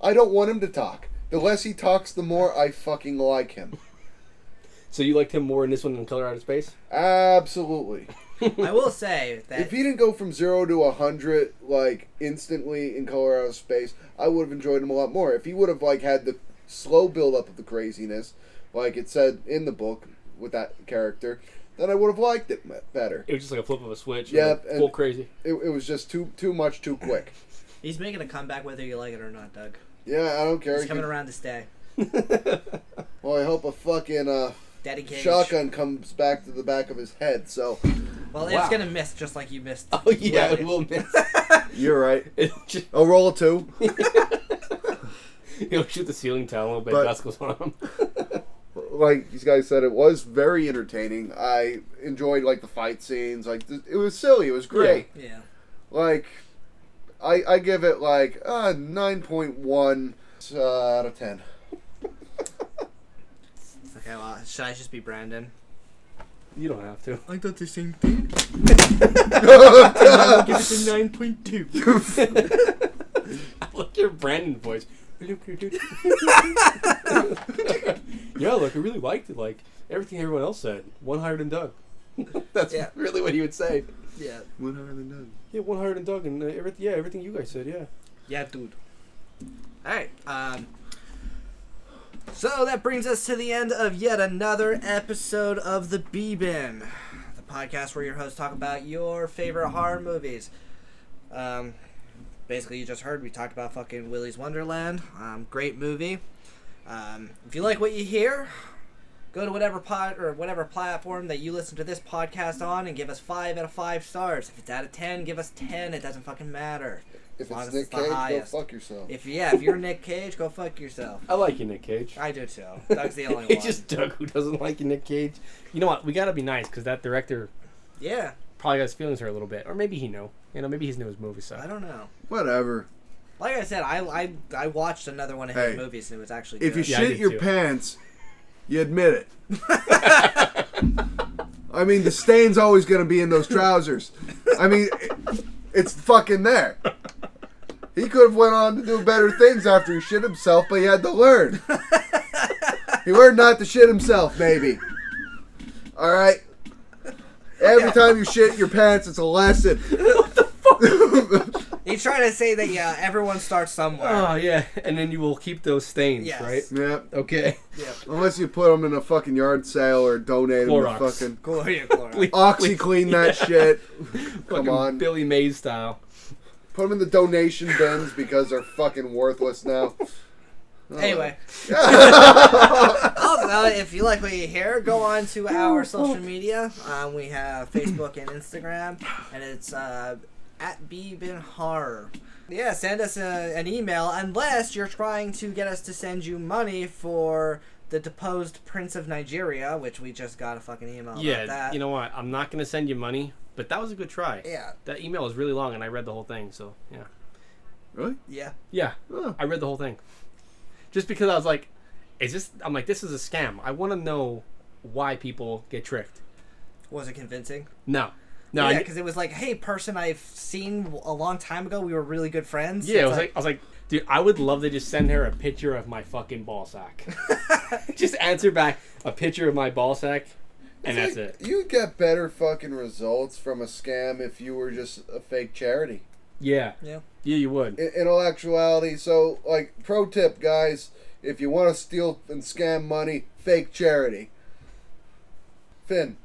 Speaker 6: I don't want him to talk. The less he talks, the more I fucking like him.
Speaker 5: So you liked him more in this one than Color Out of Space?
Speaker 6: Absolutely.
Speaker 3: I will say that
Speaker 6: If he didn't go from zero to a hundred like instantly in Colorado space, I would have enjoyed him a lot more. If he would have like had the slow build up of the craziness, like it said in the book with that character, then I would have liked it me- better.
Speaker 5: It was just like a flip of a switch.
Speaker 6: Yep,
Speaker 5: like, full
Speaker 6: and-
Speaker 5: crazy.
Speaker 6: It, it was just too too much too quick.
Speaker 3: he's making a comeback whether you like it or not, Doug.
Speaker 6: Yeah, I don't care.
Speaker 3: He's
Speaker 6: He
Speaker 3: coming
Speaker 6: can-
Speaker 3: around to stay.
Speaker 6: Well, I hope a fucking uh,
Speaker 3: Daddy Cage.
Speaker 6: shotgun comes back to the back of his head. So
Speaker 3: Well,
Speaker 5: Wow.
Speaker 3: it's gonna miss just like you missed.
Speaker 5: Oh yeah,
Speaker 3: Right.
Speaker 5: it will miss.
Speaker 4: You're right.
Speaker 5: It'll just-
Speaker 4: Oh, roll a two.
Speaker 5: He'll shoot the ceiling tile a little bit.
Speaker 4: But-
Speaker 5: dust goes on him.
Speaker 4: like you guys said, it was very entertaining. I enjoyed like the fight scenes. Like th- it was silly. It was great.
Speaker 3: Yeah.
Speaker 4: Like I I give it like uh, nine point one
Speaker 6: uh, out of ten,
Speaker 3: Okay. Well, should I just be Brandon?
Speaker 5: You don't have to.
Speaker 3: I thought the same thing.
Speaker 5: Give it a nine point two. Look your Brandon voice. yeah, like I really liked it. Like everything everyone else said, one higher than Doug. That's
Speaker 3: Yeah.
Speaker 5: really what he would say.
Speaker 3: Yeah.
Speaker 4: one higher than none.
Speaker 5: Yeah, one higher than Doug, and uh, everything. Yeah, everything you guys said. Yeah.
Speaker 3: Yeah, dude. All right. Um. So that brings us to the end of yet another episode of the B Bin, the podcast where your hosts talk about your favorite horror movies. Um, basically, you just heard we talked about fucking Willy's Wonderland. Um, great movie. Um, if you like what you hear, go to whatever pod or whatever platform that you listen to this podcast on and give us five out of five stars. If it's out of ten, give us ten. It doesn't fucking matter.
Speaker 6: if
Speaker 3: long
Speaker 6: it's
Speaker 3: as
Speaker 6: Nick
Speaker 3: it's the
Speaker 6: Cage, go
Speaker 3: highest.
Speaker 6: fuck yourself.
Speaker 3: If yeah, if you're Nick Cage, go fuck yourself.
Speaker 5: I like you, Nick Cage.
Speaker 3: I do too. Doug's the only one.
Speaker 5: it's just Doug who doesn't like you, Nick Cage. You know what? We gotta be nice because that director
Speaker 3: Yeah,
Speaker 5: probably got his feelings hurt a little bit, or maybe he knew. You know, maybe he's new his movie. So
Speaker 3: I don't know.
Speaker 4: Whatever.
Speaker 3: Like I said, I I, I watched another one of his
Speaker 4: Hey,
Speaker 3: movies and it was actually
Speaker 4: If you
Speaker 3: good.
Speaker 5: Yeah, I
Speaker 4: shit
Speaker 5: did
Speaker 4: your
Speaker 5: too.
Speaker 4: pants, you admit it. I mean, the stain's always gonna be in those trousers. I mean, it- it's fucking there. He could have went on to do better things after he shit himself, but he had to learn. he learned not to shit himself, maybe. All right. Every time you shit your pants, it's a lesson.
Speaker 3: He's trying to say that yeah, everyone starts somewhere.
Speaker 5: Oh yeah, and then you will keep those stains,
Speaker 3: Yes.
Speaker 5: right?
Speaker 4: yeah.
Speaker 5: Okay.
Speaker 4: Unless you put them in a fucking yard sale or donate them
Speaker 5: Clorox.
Speaker 4: to fucking
Speaker 3: Gloria, Gloria.
Speaker 4: OxyClean that shit. Come
Speaker 5: Fucking
Speaker 4: on.
Speaker 5: Billy Mays style.
Speaker 4: Put them in the donation bins because they're fucking worthless now.
Speaker 3: Anyway.
Speaker 4: Oh,
Speaker 3: also, if you like what you hear, go on to our social media. Um, we have Facebook and Instagram, and it's uh, at Beebin Horror. Yeah, send us a, an email unless you're trying to get us to send you money for the deposed Prince of Nigeria, which we just got a fucking email
Speaker 5: Yeah,
Speaker 3: about that.
Speaker 5: you know what? I'm not gonna send you money, but that was a good try.
Speaker 3: Yeah,
Speaker 5: That email was really long, and I read the whole thing. So yeah,
Speaker 4: Really?
Speaker 3: yeah.
Speaker 5: yeah,
Speaker 4: Huh.
Speaker 5: I read the whole thing, just because I was like, is this? I'm like, this is a scam. I want to know why people get tricked.
Speaker 3: Was it convincing?
Speaker 5: No, No,
Speaker 3: yeah,
Speaker 5: I-
Speaker 3: because it was like, hey, person I've seen a long time ago. We were really good friends.
Speaker 5: Yeah, I
Speaker 3: It's
Speaker 5: was like, I was like, dude, I would love to just send her a picture of my fucking ball sack. just answer back a picture of my ball sack, and that's
Speaker 4: Like,
Speaker 5: it.
Speaker 4: You'd get better fucking results from a scam if you were just a fake charity.
Speaker 5: Yeah,
Speaker 3: yeah.
Speaker 5: yeah, you would.
Speaker 4: In, in all actuality, so like pro tip, guys, if you want to steal and scam money, fake charity. Finn,